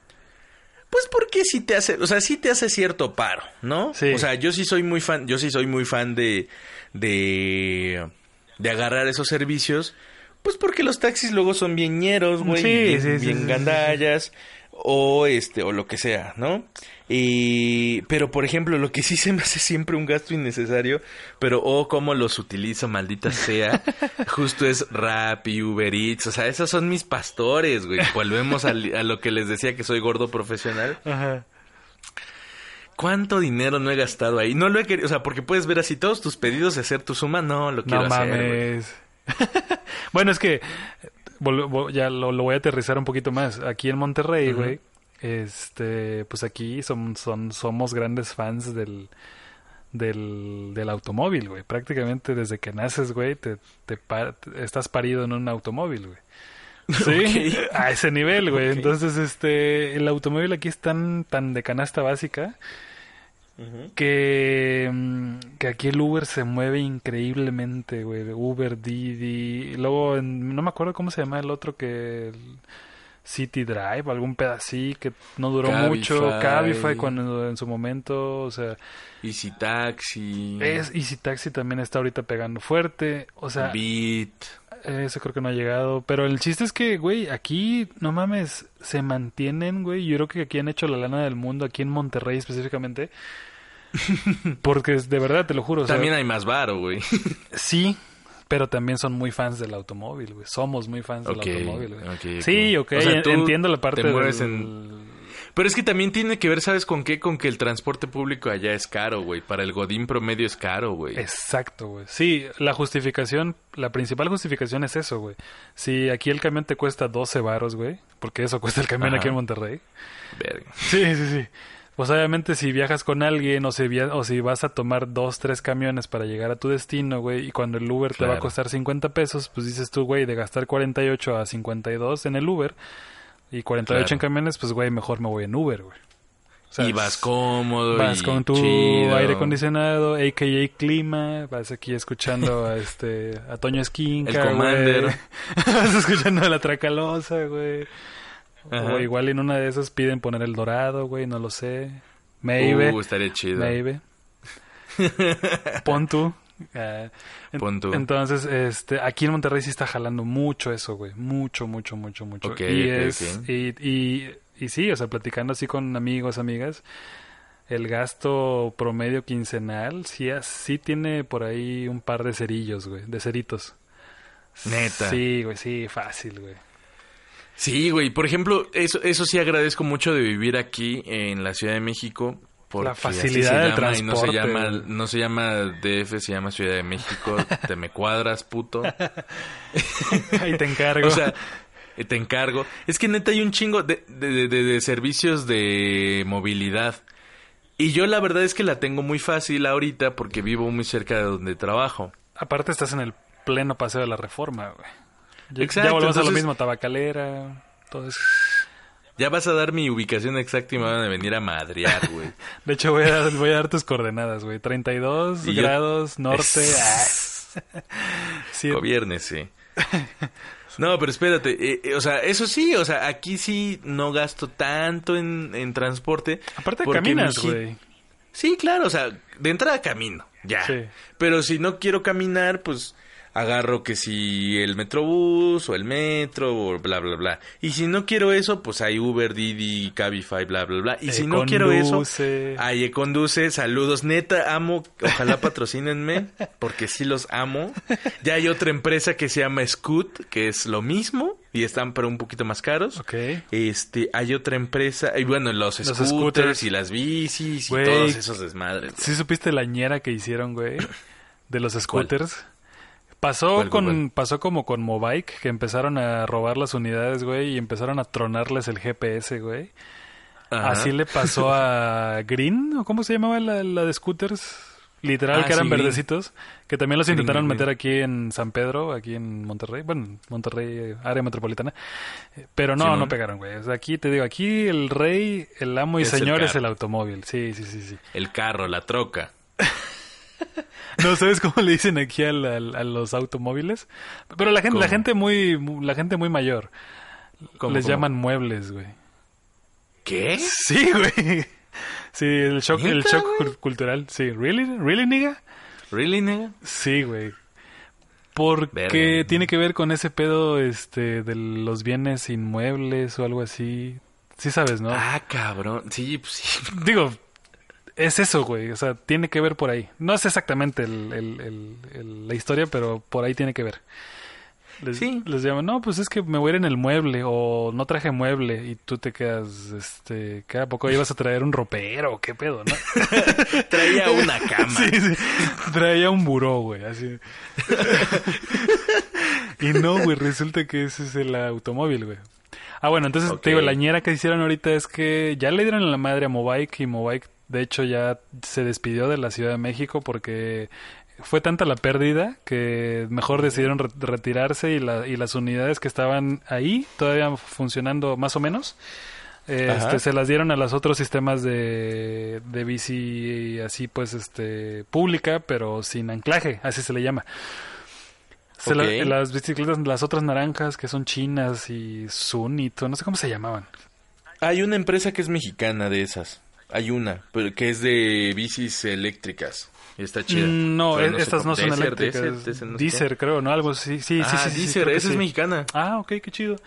D: Pues porque sí te hace, o sea, sí te hace cierto paro, ¿no?
C: Sí.
D: O sea, yo sí soy muy fan, yo sí soy muy fan de, de, de agarrar esos servicios, pues porque los taxis luego son bien ñeros, Pues, güey,
C: Sí,
D: bien,
C: sí, sí,
D: bien
C: sí, sí,
D: gandallas, o este, o lo que sea, ¿no? Y, pero por ejemplo, lo que sí se me hace siempre un gasto innecesario, pero oh, cómo los utilizo, maldita sea, justo es Rappi, Uber Eats, o sea, esos son mis pastores, güey. Volvemos al- a lo que les decía que soy gordo profesional.
C: Ajá.
D: ¿Cuánto dinero no he gastado ahí? No lo he querido, o sea, porque puedes ver así todos tus pedidos y hacer tu suma. No, lo quiero
C: No
D: hacer. güey.
C: mames. bueno, es que vol- vol- ya lo, lo voy a aterrizar un poquito más. Aquí en Monterrey,
D: Ujú.
C: güey, este, pues aquí son, son, somos grandes fans del, del, del automóvil, güey. Prácticamente desde que naces, güey, te, te pa- estás parido en un automóvil, güey. Sí,
D: Ok.
C: a ese nivel, güey.
D: Ok.
C: Entonces, este, el automóvil aquí es tan, tan de canasta básica que, mm, que aquí el Uber se mueve increíblemente, güey. Uber, Didi, y luego en- no me acuerdo cómo se llama el otro que el City Drive, algún pedacito que no duró mucho,
D: Cabify.
C: Cabify cuando en su momento, o sea,
D: Easy Taxi.
C: es Easy Taxi también está ahorita pegando fuerte, o sea,
D: Beat.
C: eso creo que no ha llegado. Pero el chiste es que, güey, aquí, no mames, se mantienen, güey. Yo creo que aquí han hecho la lana del mundo, aquí en Monterrey específicamente. Porque es- de verdad, te lo juro. o sea,
D: También hay más varo, güey.
C: Sí, pero también son muy fans del automóvil, güey. Somos muy fans
D: Ok,
C: del automóvil, güey.
D: ok, ok.
C: Sí, ok,
D: O sea,
C: en-
D: tú
C: entiendo la parte
D: te mueves
C: del-
D: Pero es que también tiene que ver, ¿sabes con qué? Con que el transporte público allá es caro, güey. Para el godín promedio es caro, güey.
C: Exacto, güey. Sí, la justificación, la principal justificación es eso, güey. Si aquí el camión te cuesta 12 varos, güey, porque eso cuesta el camión
D: Ajá.
C: aquí en Monterrey.
D: Verga.
C: Sí, sí, sí. Pues obviamente si viajas con alguien o si, via- o si vas a tomar dos, tres camiones para llegar a tu destino, güey, y cuando el Uber te va a
D: Claro.
C: costar 50 pesos, pues dices tú, güey, de gastar 48 a 52 en el Uber y 48 en
D: Claro.
C: camiones, pues güey, mejor me voy en Uber, güey. O sea,
D: y vas cómodo.
C: vas
D: y
C: con tu
D: chido.
C: aire acondicionado, AKA clima, vas aquí escuchando a este a Toño Esquinca,
D: El Commander.
C: güey. vas escuchando a la Tracalosa, güey.
D: Ajá.
C: O igual en una de esas piden poner el dorado, güey, no lo sé. Maybe.
D: Uh, estaría chido.
C: maybe. Pon tú. Ah, en-
D: Pon tú.
C: Entonces, este, aquí en Monterrey sí está jalando mucho eso, güey. Mucho, mucho, mucho, mucho.
D: Ok,
C: y
D: ok,
C: es,
D: ok.
C: Y, y, y sí, o sea, platicando así con amigos, amigas, el gasto promedio quincenal sí, ha- sí tiene por ahí un par de cerillos, güey, de ceritos.
D: Neta.
C: Sí, güey, sí, fácil, güey.
D: Sí, güey. Por ejemplo, eso, eso sí agradezco mucho de vivir aquí en la Ciudad de México. Porque
C: La
D: así
C: facilidad
D: se
C: del
D: llama y no se,
C: transporte,
D: llama,
C: güey.
D: no se llama DF, se llama Ciudad de México. te me cuadras, puto.
C: Ahí te encargo.
D: O sea, eh, te encargo. Es que neta hay un chingo de, de- de- de servicios de movilidad. Y yo la verdad es que la tengo muy fácil ahorita porque vivo muy cerca de donde trabajo.
C: Aparte estás en el pleno paseo de la reforma, güey. Ya,
D: Exacto,
C: ya volvemos a lo
D: entonces-
C: mismo, tabacalera, todo eso.
D: Ya vas a dar mi ubicación exacta y me van a venir a madrear, güey.
C: De hecho, voy a dar, voy a dar tus coordenadas, güey. 32
D: Y yo-
C: grados, norte, ah, siete-
D: Gobiérnese. No, pero espérate, eh, eh, o sea, eso sí, o sea, aquí sí no gasto tanto en, en transporte.
C: Aparte
D: porque mi
C: caminas,
D: ji-
C: güey.
D: Sí, claro, o sea, de entrada camino, Ya.
C: Sí.
D: Pero si no quiero caminar, pues agarro que si el metrobús o el metro o bla bla bla. Y si no quiero eso, pues hay Uber, Didi, Cabify, bla bla bla. Y si no quiero eso,
C: Econduce.
D: ahí conduce, saludos, neta amo, ojalá patrocínenme porque sí los amo. Ya hay otra empresa que se llama Scoot, que es lo mismo y están pero un poquito más caros.
C: Ok.
D: Este, hay otra empresa, y bueno, los,
C: Los
D: scooters,
C: scooters.
D: y las bicis
C: Güey.
D: y todos esos desmadres.
C: ¿Sí supiste la ñera que hicieron, güey? De los scooters. Pasó
D: ¿Cuál,
C: con
D: cuál, cuál?
C: pasó como con Mobike, que empezaron a robar las unidades, güey, y empezaron a tronarles el GPS, güey.
D: Ajá.
C: Así le pasó a Green, ¿o cómo se llamaba la, la de scooters? Literal,
D: Ah,
C: que eran
D: sí, Green.
C: verdecitos, que también los
D: Green,
C: intentaron
D: Green,
C: meter aquí en San Pedro, aquí en Monterrey, bueno, Monterrey, eh, área metropolitana, Eh, pero no,
D: Simón.
C: no pegaron, güey. O sea, aquí te digo, aquí el rey, el amo y
D: Es el
C: señor es
D: carro.
C: el automóvil, sí, sí, sí, sí.
D: El carro, la troca.
C: No sabes cómo le dicen aquí al- al- a los automóviles, pero la gente, la
D: ¿Cómo?
C: gente muy, mu- la gente muy mayor
D: ¿Cómo,
C: les
D: cómo?
C: llaman muebles, güey.
D: ¿Qué?
C: Sí, güey. Sí, el shock, el
D: ¿Neta,
C: shock
D: güey?
C: cul- cultural. Sí, really, really nigga.
D: ¿Really, nigga?
C: Sí, güey. Porque
D: Verga.
C: tiene que ver con ese pedo, este, de los bienes inmuebles o algo así. Sí sabes, ¿no?
D: Ah, cabrón. Sí, pues sí.
C: Digo, es eso, güey. O sea, tiene que ver por ahí. No es exactamente el- el- el- el- la historia, pero por ahí tiene que ver. Les,
D: Sí.
C: les llaman, no, pues es que me voy a ir en el mueble o no traje mueble y tú te quedas, este, cada poco ibas a traer un ropero, qué pedo, ¿no?
D: Traía una cama.
C: Sí, sí. Traía un buró, güey, así. y no, güey, resulta que ese es el automóvil, güey. Ah, bueno, entonces
D: Ok.
C: te digo, la ñera que hicieron ahorita es que ya le dieron la madre a Mobike y Mobike, de hecho, ya se despidió de la Ciudad de México porque fue tanta la pérdida que mejor decidieron re- retirarse y, la- y las unidades que estaban ahí, todavía funcionando más o menos, eh,
D: Ajá.
C: este, se las dieron a los otros sistemas de, de bici así pues este pública pero sin anclaje así se le llama Se la-
D: Ok.
C: las bicicletas las otras naranjas que son chinas y sunito no sé cómo se llamaban
D: Hay una empresa que es mexicana de esas. Hay una, pero que es de bicis eléctricas. Y Está chida.
C: Mm, no,
D: Pero
C: e-
D: sé
C: estas
D: cómo-
C: no son
D: Desert,
C: eléctricas
D: Desert, Desert, no sé
C: Deezer creo no algo sí sí
D: qué.
C: sí,
D: Ah,
C: sí, sí, sí,
D: Deezer,
C: creo que
D: esa es
C: sí.
D: mexicana.
C: ah ok, qué chido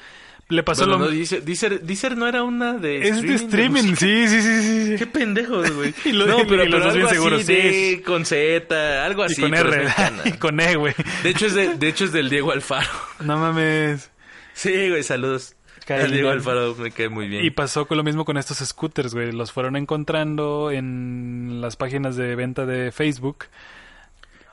C: le pasó
D: Bueno,
C: lo
D: no, Deezer, Deezer- Deezer no era una de
C: es de
D: de
C: streaming
D: música.
C: sí sí sí sí, sí.
D: Qué pendejos, güey.
C: Y lo-
D: no,
C: y-
D: pero,
C: y lo
D: pero
C: estás pues, bien
D: algo
C: seguro,
D: así
C: sí,
D: de- con Z, algo
C: y
D: así.
C: con
D: pero es
C: R
D: mexicana.
C: y con E güey
D: De hecho, es de, de hecho es del Diego Alfaro.
C: no mames
D: Sí, güey, saludos.
C: Cae
D: El Diego
C: bien.
D: Alfaro me cae muy bien.
C: Y pasó con lo mismo con estos scooters, güey. Los fueron encontrando en las páginas de venta de Facebook.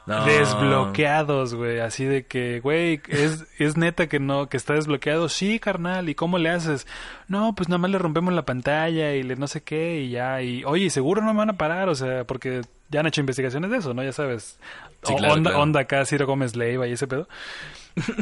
D: No.
C: Desbloqueados, güey. Así de que, güey, es, es neta que no, que está desbloqueado. Sí, carnal, ¿y cómo le haces? No, pues nada más le rompemos la pantalla y le no sé qué y ya. Y, oye, seguro no me van a parar, o sea, porque ya han hecho investigaciones de eso, ¿no? Ya sabes.
D: Sí,
C: O-
D: claro,
C: onda,
D: claro.
C: onda acá, Ciro Gómez Leiva y ese pedo.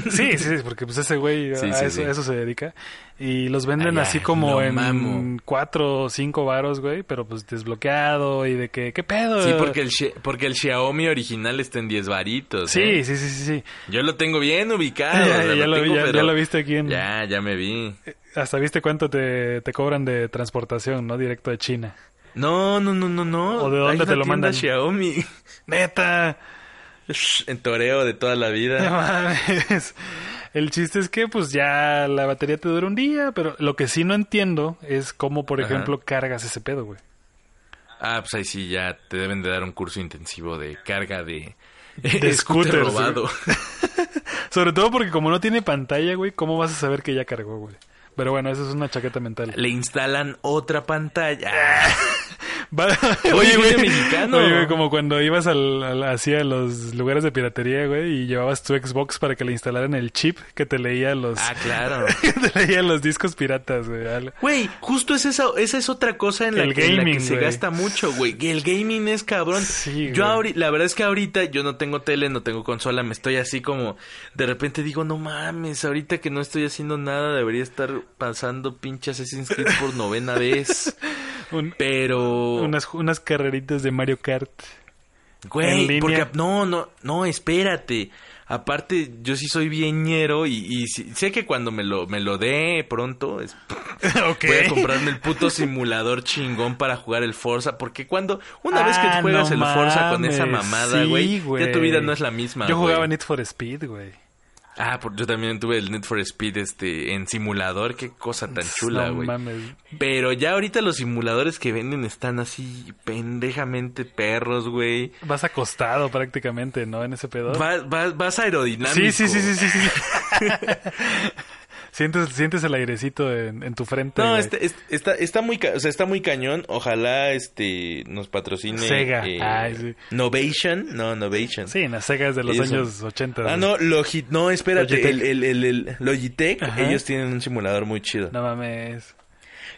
C: Sí, sí, sí, porque pues ese güey
D: Sí,
C: a,
D: sí,
C: eso,
D: sí.
C: a eso se dedica. Y los venden
D: Ay,
C: así
D: ay,
C: como
D: lo
C: en
D: mamo.
C: cuatro o cinco varos, güey, pero pues desbloqueado y de que, ¿qué pedo?
D: Sí, porque el, Xi- porque el Xiaomi original está en 10 varitos.
C: Sí,
D: ¿eh?
C: sí, sí, sí, sí.
D: Yo lo tengo bien ubicado.
C: Ya-
D: o sea,
C: ya lo vi,
D: tengo,
C: ya-
D: pero-
C: ya lo viste aquí en-
D: Ya, ya me vi.
C: Hasta viste cuánto te, te cobran de transportación, ¿no? Directo de China.
D: No, no, no, no, no.
C: ¿O de dónde
D: Hay
C: te
D: una
C: lo
D: tienda
C: mandan?
D: Xiaomi.
C: ¡Neta!
D: En toreo de toda la
C: No
D: vida.
C: mames. El chiste es que pues ya la batería te dura un día, pero lo que sí no entiendo es cómo, por
D: Ajá.
C: ejemplo, cargas ese pedo, güey.
D: Ah, pues ahí sí, ya te deben de dar un curso intensivo de carga de...
C: De scooters,
D: robado.
C: Sobre todo porque como no tiene pantalla, güey, ¿cómo vas a saber que ya cargó, güey? Pero bueno, eso es una chaqueta mental.
D: Le instalan otra pantalla.
C: Ah, Va-
D: Oye, güey, mexicano.
C: Oye, güey, como cuando ibas al, al- así a los lugares de piratería, güey, y llevabas tu Xbox para que le instalaran el chip que te leía los,
D: Ah, claro.
C: que te leía los discos piratas, güey. al-
D: Güey, justo es esa, esa es otra cosa en la,
C: El
D: que, en la que
C: gaming,
D: se
C: güey.
D: gasta mucho, güey. Que El gaming es cabrón.
C: Sí,
D: yo
C: güey.
D: ahori- la verdad es que ahorita yo no tengo tele, no tengo consola, me estoy así como de repente digo, no mames, ahorita que no estoy haciendo nada debería estar pasando pinche Assassin's Creed por novena vez.
C: un-
D: Pero
C: unas, unas carreritas de Mario Kart. en
D: Güey,
C: línea.
D: porque no, no, no, espérate. Aparte, yo sí soy viñero y, y sí- sé que cuando me lo, me lo dé pronto, es-
C: ok.
D: voy a comprarme el puto simulador chingón para jugar el Forza. Porque cuando, una vez que
C: Ah,
D: juegas
C: no
D: el Forza con
C: mames,
D: esa mamada,
C: sí,
D: güey, ya tu
C: güey.
D: vida no es la misma.
C: Yo jugaba
D: güey.
C: Need for Speed, güey.
D: Ah, por- yo también tuve el Need for Speed este, en simulador. Qué cosa tan chula,
C: No
D: güey.
C: mames.
D: Pero ya ahorita los simuladores que venden están así pendejamente perros, güey.
C: Vas acostado prácticamente, ¿no? En ese pedo.
D: Va- va- vas aerodinámico.
C: Sí, sí, sí, sí, sí, sí. sientes, sientes el airecito en, en tu frente.
D: No,
C: güey.
D: este- este- está, está muy, ca- o sea, está muy cañón. Ojalá este nos patrocine
C: Sega.
D: eh,
C: Ay, sí.
D: Novation, no Novation.
C: Sí, en las cegas de los
D: Ellos son-
C: años 80.
D: Ah,
C: güey.
D: no, Logi no, espérate,
C: Logitech.
D: el, el, el, el Logitech,
C: Ajá.
D: ellos tienen un simulador muy chido.
C: No mames.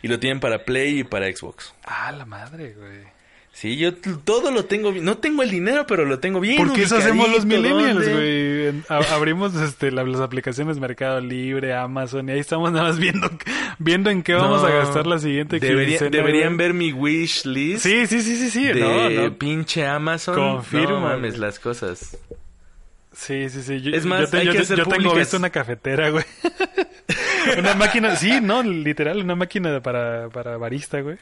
D: Y lo tienen para Play y para Xbox.
C: Ah, la madre, güey.
D: Sí, yo t- todo lo tengo, bien. no tengo el dinero, pero lo tengo bien.
C: ¿Por qué eso hacemos los
D: ubicadito,
C: millennials,
D: ¿dónde?
C: güey? En- a- Abrimos este, la- las aplicaciones Mercado Libre, Amazon, y ahí estamos nada más viendo, viendo en qué vamos
D: No.
C: a gastar la siguiente
D: Debería-
C: quincena,
D: Deberían
C: güey.
D: ver mi wish list.
C: Sí, sí, sí, sí, sí.
D: de
C: No, no.
D: pinche Amazon.
C: Confirmo,
D: No mames
C: güey.
D: las cosas.
C: Sí, sí, sí. Yo,
D: Es más,
C: yo, te-
D: hay
C: yo
D: que
C: te-
D: hacer
C: yo tengo
D: públicas.
C: visto una cafetera, güey. una máquina, sí, no, literal, una máquina para, para barista, güey.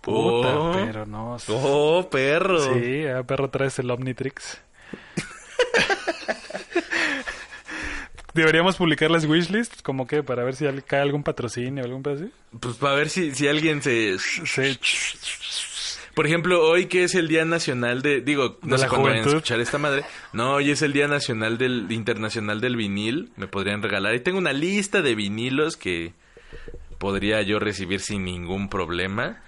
C: Puta,
D: Oh.
C: pero no. s-
D: Oh, perro.
C: Sí, a perro traes el Omnitrix. Deberíamos publicar las wishlists, como que para ver si al- cae algún patrocinio o algún pedo así.
D: Pues para ver si, si alguien se...
C: Sí.
D: Por ejemplo, hoy que es el Día Nacional de... Digo, no
C: De
D: sé
C: la
D: cuándo vayan a
C: juventud.
D: escuchar esta madre. No, hoy es el Día Nacional del... Internacional del Vinil. Me podrían regalar. Y tengo una lista de vinilos que podría yo recibir sin ningún problema.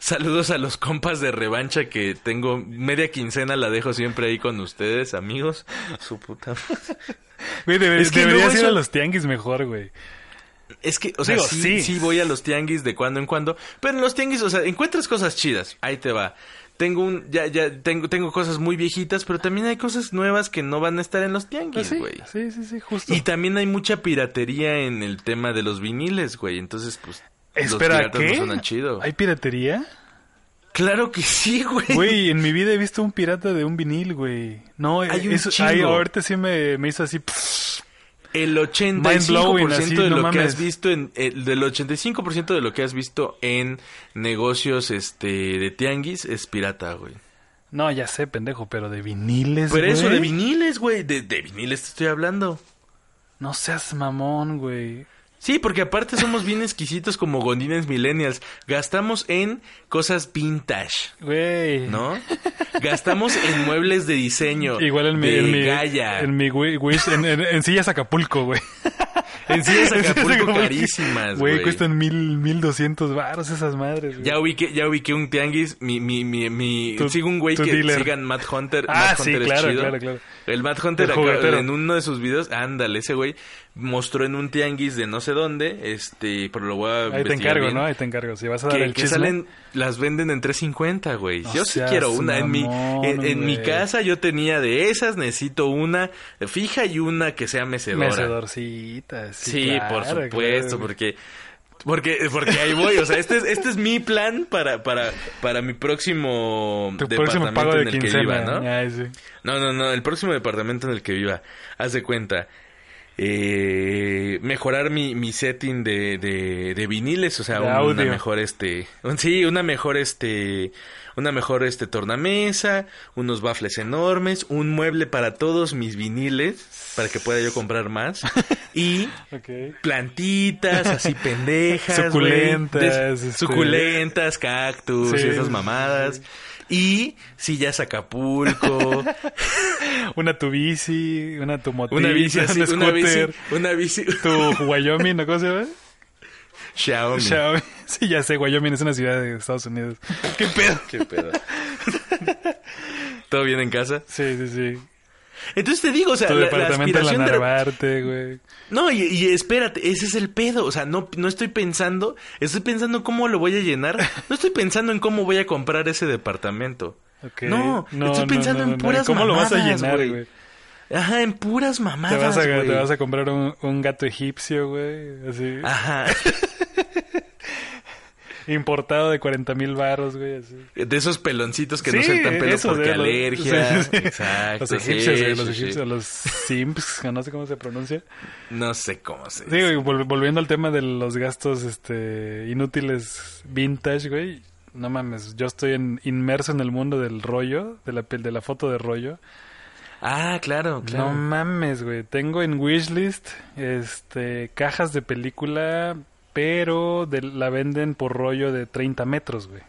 D: Saludos a los compas de revancha que tengo media quincena, la dejo siempre ahí con ustedes, amigos. Su puta madre.
C: Güey, debe-
D: Es que
C: deberías
D: luego
C: ir a
D: eso-
C: los tianguis mejor, güey.
D: Es que, o sea,
C: Digo,
D: sí,
C: sí.
D: sí voy a los tianguis de cuando en cuando, pero en los tianguis, o sea, encuentras cosas chidas, ahí te va. Tengo un, ya, ya, tengo, tengo cosas muy viejitas, pero también hay cosas nuevas que no van a estar en los tianguis,
C: Pues Sí,
D: güey.
C: sí, sí, sí, justo.
D: Y también hay mucha piratería en el tema de los viniles, güey. Entonces, pues,
C: Espera,
D: los piratas
C: ¿qué?
D: no suenan chido.
C: ¿Hay piratería?
D: Claro que sí, güey.
C: Güey, en mi vida he visto un pirata de un vinil, güey. No,
D: Hay un
C: eso,
D: chingo.
C: ay, ahorita sí me, me hizo así. pss.
D: El
C: Mind blowing,
D: 85%
C: así,
D: de
C: no
D: lo que
C: mames.
D: has visto en el, del 85% de lo que has visto en negocios este de tianguis es pirata, güey.
C: No, ya sé, pendejo, pero de viniles,
D: Pero eso de
C: güey.
D: viniles, güey, de, de viniles te estoy hablando.
C: No seas mamón, güey.
D: Sí, porque aparte somos bien exquisitos como gondines millennials. Gastamos en cosas vintage,
C: Güey.
D: ¿no? Gastamos en muebles de diseño.
C: Igual en mi,
D: de
C: en mi,
D: Gaia.
C: en mi wi- wish, en, en- en sillas Acapulco, güey.
D: En sillas Acapulco carísimas, güey.
C: Güey, cuestan mil, mil doscientos baros esas madres, güey.
D: Ya ubiqué, ya ubiqué un tianguis, mi, mi, mi, mi
C: Tu-
D: sigo un güey
C: tu
D: que
C: dealer.
D: sigan Matt Hunter.
C: Ah,
D: Matt
C: sí,
D: Hunter es
C: claro,
D: chido.
C: claro, claro.
D: El Matt Hunter
C: El
D: acá-
C: juguetero.
D: en uno de sus videos, ándale, ese güey mostró en un tianguis de no sé dónde, este, pero lo voy a
C: Ahí te
D: investigar
C: encargo,
D: bien,
C: ¿no? Ahí te encargo. Si vas a dar
D: Que,
C: el
D: que
C: chisme.
D: salen, las venden en 350, güey.
C: No
D: yo sí
C: seas
D: quiero una. En mi,
C: mamón,
D: en, en mi
C: güey.
D: casa yo tenía de esas, necesito una fija y una que sea mecedora.
C: Mecedorcitas.
D: Sí,
C: claro,
D: por
C: claro,
D: supuesto,
C: güey.
D: porque porque porque ahí voy, o sea, este es este es mi plan para para para mi próximo
C: Tu
D: departamento
C: próximo pago de
D: en el que viva,
C: quincena.
D: ¿no?
C: Ay, sí.
D: No, no, no, el próximo departamento en el que viva. Haz de cuenta eh, mejorar mi, mi setting de, de, de viniles, o sea,
C: De
D: un- una
C: audio.
D: mejor este, un- sí, una mejor este, una mejor este tornamesa, unos baffles enormes, un mueble para todos mis viniles, para que pueda yo comprar más y
C: Ok.
D: plantitas así pendejas, güey.
C: Suculentas,
D: De-
C: este.
D: suculentas, cactus,
C: Sí,
D: y esas
C: sí,
D: mamadas. Y sillas Acapulco,
C: Una tu bici, una tu motito,
D: una bici así,
C: un
D: una bici,
C: scooter,
D: una bici
C: tu Wyoming, ¿no? ¿Cómo se llama?
D: Xiaomi.
C: Xiaomi. Sí, ya sé, Wyoming es una ciudad de Estados Unidos. ¿Qué pedo?
D: Qué pedo. ¿Todo bien en casa?
C: Sí, sí, sí.
D: Entonces te digo, o sea,
C: Tu
D: la, la
C: departamento en la
D: aspiración de-
C: Narvarte, güey.
D: No, y, y espérate, ese es el pedo. O sea, no, no estoy pensando, estoy pensando cómo lo voy a llenar. No estoy pensando en cómo voy a comprar ese departamento.
C: Ok.
D: No, estoy pensando en puras
C: ¿Cómo lo vas a
D: mamadas,
C: llenar,
D: güey?
C: güey?
D: Ajá, en puras
C: Te
D: mamadas,
C: vas, a, te
D: güey. Ah.
C: vas a comprar un, un gato egipcio, güey. Así.
D: Ajá.
C: Importado de 40 mil barros, güey, así.
D: De esos peloncitos que no
C: Sí,
D: sueltan pelo
C: esos,
D: porque
C: de los-
D: alergia.
C: sí, sí.
D: Exacto.
C: Los
D: sí,
C: egipcios, güey, los
D: sí, sí.
C: egipcios, los simps, que no sé cómo se pronuncia.
D: No sé cómo se
C: Sí,
D: dice.
C: güey, vol- volviendo al tema de los gastos este inútiles vintage, güey. No mames, yo estoy en- inmerso en el mundo del rollo, de la pel- de la foto de rollo.
D: Ah, claro, claro.
C: No mames, güey. Tengo en wishlist este cajas de película, pero de- la venden por rollo de 30 metros, güey.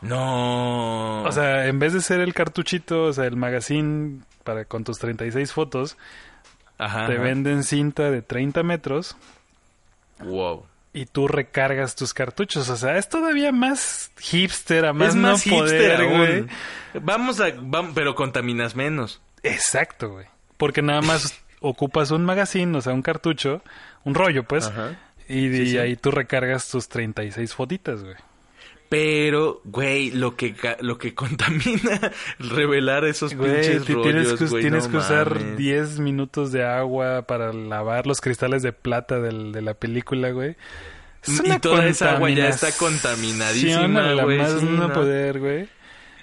D: No.
C: O sea, en vez de ser el cartuchito, o sea, el magazine para con tus 36 fotos,
D: Ajá,
C: te
D: ajá.
C: venden cinta de 30 metros
D: Wow.
C: y tú recargas tus cartuchos. O sea, es todavía más hipster, a más,
D: es más
C: no
D: hipster
C: poder, güey.
D: aún. Vamos a. vam- pero contaminas menos.
C: Exacto, güey. Porque nada más ocupas un magazine, o sea, un cartucho, un rollo, pues,
D: Ajá.
C: y, de
D: Sí, sí.
C: ahí tú recargas tus 36 fotitas, güey.
D: Pero, güey, lo que ca- lo que contamina revelar esos
C: Güey,
D: pinches
C: te
D: rollos,
C: tienes que,
D: güey,
C: tienes
D: no
C: que usar
D: mames.
C: 10 minutos de agua para lavar los cristales de plata del- de la película, güey. Es
D: Y
C: una
D: toda esa agua ya está
C: contaminación
D: contaminadísima,
C: a la
D: güey,
C: más
D: sí,
C: no
D: no.
C: poder, güey.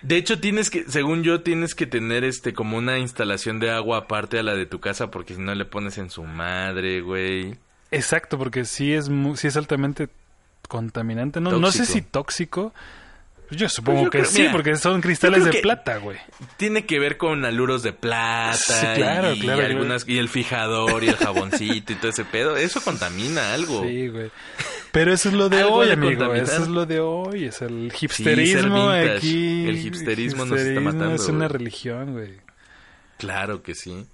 D: De hecho, tienes que, según yo, tienes que tener este como una instalación de agua aparte a la de tu casa, porque si no le pones en su madre, güey.
C: Exacto, porque sí es, mu- sí es altamente contaminante. No, no sé
D: Tóxico. Pues
C: si tóxico. Pues Yo supongo
D: yo
C: que
D: creo-
C: sí,
D: mira,
C: porque son cristales de
D: que-
C: plata, güey.
D: Tiene que ver con aluros de plata
C: Sí, claro,
D: y,
C: claro,
D: algunas y el fijador y el jaboncito y todo ese pedo. Eso contamina algo.
C: Sí, güey. Pero eso es lo de
D: Oh. Algo
C: hoy,
D: de
C: amigo.
D: contaminar.
C: Eso es lo de hoy. Es el
D: ser
C: hipsterismo
D: vintage.
C: aquí.
D: El hipsterismo nos está matando,
C: Es una
D: güey.
C: religión, güey.
D: Claro que sí.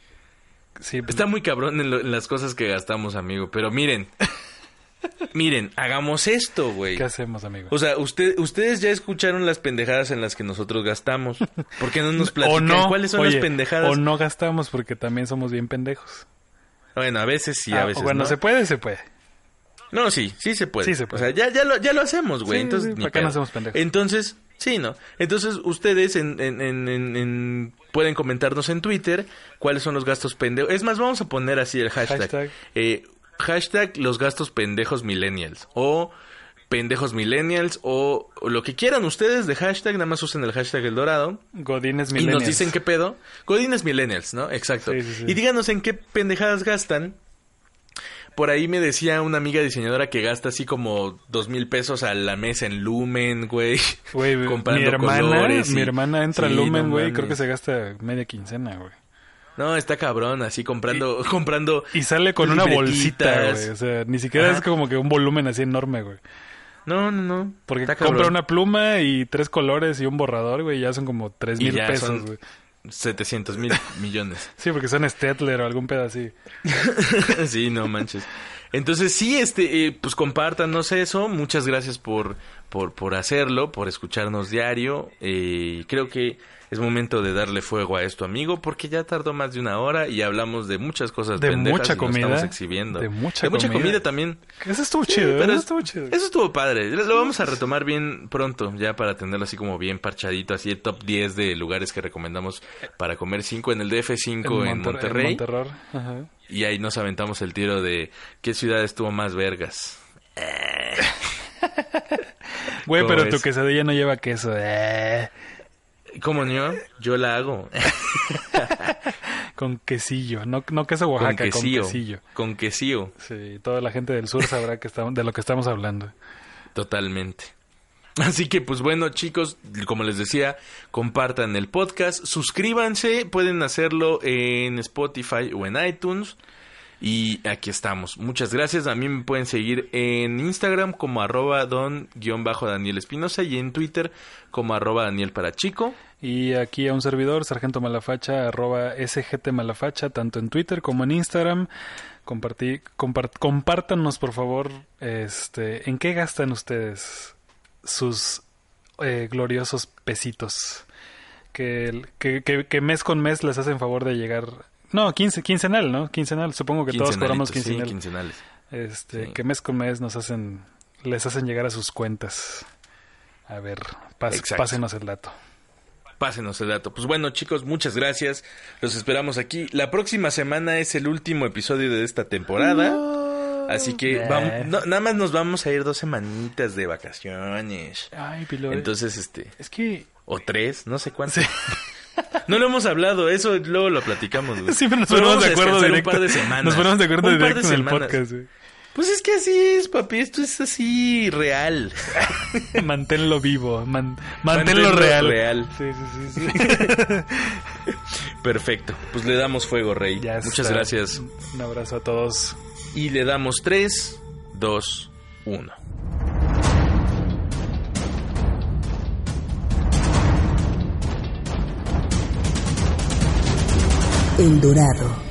C: Sí, pues,
D: Está muy cabrón en, lo- en las cosas que gastamos, amigo. Pero miren, miren, hagamos esto, güey.
C: ¿qué hacemos, amigo?
D: O sea, usted, ustedes ya escucharon las pendejadas en las que nosotros gastamos. ¿Por qué no nos
C: o
D: platican
C: no,
D: cuáles son
C: oye,
D: las pendejadas?
C: O no gastamos porque también somos bien pendejos.
D: Bueno, a veces sí,
C: Ah,
D: a veces
C: bueno,
D: no.
C: se puede, se puede.
D: No, sí, sí se puede.
C: Sí se puede.
D: O sea, ya, ya, lo, ya lo hacemos, güey.
C: Sí,
D: Entonces,
C: sí,
D: ni
C: ¿para qué
D: pedo.
C: nos hacemos pendejos?
D: Entonces, sí, ¿no? Entonces, ustedes en, en- en- en- en- pueden comentarnos en Twitter cuáles son los gastos pendejos. Es más, vamos a poner así el hashtag.
C: Hashtag.
D: Hashtag, hashtag los gastos pendejos millennials. O pendejos millennials. O, o lo que quieran ustedes de hashtag. Nada más usen el hashtag El Dorado.
C: Godines
D: Y
C: millennials.
D: nos dicen qué pedo. Godines Millennials, ¿no? Exacto.
C: Sí, sí, sí.
D: Y díganos en qué pendejadas gastan. Por ahí me decía una amiga diseñadora que gasta así como dos mil pesos a la mes en Lumen, güey.
C: Güey, mi
D: comprando
C: hermana,
D: colores y-
C: mi hermana entra
D: Sí,
C: al Lumen,
D: no
C: güey, y
D: mames.
C: creo que se gasta media quincena, güey.
D: No, está cabrón, así comprando, comprando.
C: Y sale con una bolsita,
D: libretitas.
C: güey. O sea, ni siquiera
D: Ajá.
C: es como que un volumen así enorme, güey.
D: No, no, no.
C: Porque
D: Está
C: compra
D: cabrón.
C: una pluma y tres colores y un borrador, güey, y ya son como tres
D: Y
C: mil
D: ya
C: pesos,
D: son-
C: güey.
D: 700 mil millones.
C: Sí, porque son Stettler o algún pedo así.
D: sí, no manches. Entonces, sí, este, eh, pues compártanos eso. Muchas gracias por, por, por hacerlo, por escucharnos diario. Eh, creo que es momento de darle fuego a esto, amigo, porque ya tardó más de una hora y hablamos de muchas cosas
C: De
D: pendejas
C: mucha
D: y nos
C: comida.
D: estamos exhibiendo.
C: De mucha comida.
D: comida. también.
C: Eso estuvo
D: Sí,
C: chido,
D: pero
C: eso
D: es-
C: estuvo chido.
D: Eso estuvo padre. Lo vamos a retomar bien pronto, ya para tenerlo así como bien parchadito, así el top 10 de lugares que recomendamos para comer 5 en el DF5 en,
C: Monter-
D: Monterrey.
C: en Monterror. Ajá.
D: Y ahí nos aventamos el tiro de qué ciudad estuvo más vergas.
C: Güey,
D: ¿Cómo
C: pero
D: ves?
C: tu quesadilla no lleva queso. eh,
D: ¿Cómo no? Yo la hago.
C: con quesillo, no, no queso Oaxaca, con quesillo.
D: Con quesillo.
C: Sí, toda la gente del sur sabrá que estamos, de lo que estamos hablando.
D: Totalmente. Así que pues bueno chicos, como les decía, compartan el podcast, suscríbanse, pueden hacerlo en Spotify o en iTunes. Y aquí estamos. Muchas gracias. A mí me pueden seguir en Instagram como arroba don-daniel espinosa y en Twitter como arroba daniel para chico.
C: Y aquí a un servidor, Sargento Malafacha, arroba SGT Malafacha, tanto en Twitter como en Instagram. Compartí, compart- compártanos, por favor, este, en qué gastan ustedes sus eh, gloriosos pesitos. Que, que, que- que mes con mes les hacen favor de llegar. No, quince, quincenal, ¿no? Quincenal, supongo que todos cobramos
D: Quincenalitos, sí,
C: quincenal.
D: quincenales.
C: Este,
D: Sí.
C: que mes con mes nos hacen, les hacen llegar a sus cuentas. A ver, pas-
D: Exacto.
C: pásenos el dato.
D: Pásenos el dato. Pues bueno, chicos, muchas gracias. Los esperamos aquí. La próxima semana es el último episodio de esta temporada. Así que vam- no, nada más nos vamos a ir dos semanitas de vacaciones.
C: Ay, Pilo. eh.
D: Entonces, este,
C: es que
D: o tres, no sé cuánto. No lo hemos hablado, eso luego lo platicamos. güey.
C: siempre nos
D: Pero
C: ponemos
D: vamos a
C: de acuerdo
D: descansar
C: directo.
D: Un par de semanas.
C: Nos ponemos de acuerdo
D: Un par
C: directo en el
D: semanas.
C: podcast, güey.
D: Pues es que así es, papi, esto es así real.
C: Manténlo vivo, man- manténlo,
D: Manténlo
C: real.
D: real.
C: Sí, sí, sí. sí.
D: Perfecto, pues le damos fuego, Rey.
C: Ya
D: Muchas
C: está.
D: gracias.
C: Un abrazo a todos.
D: Y le damos 3, 2, 1.
B: El Dorado.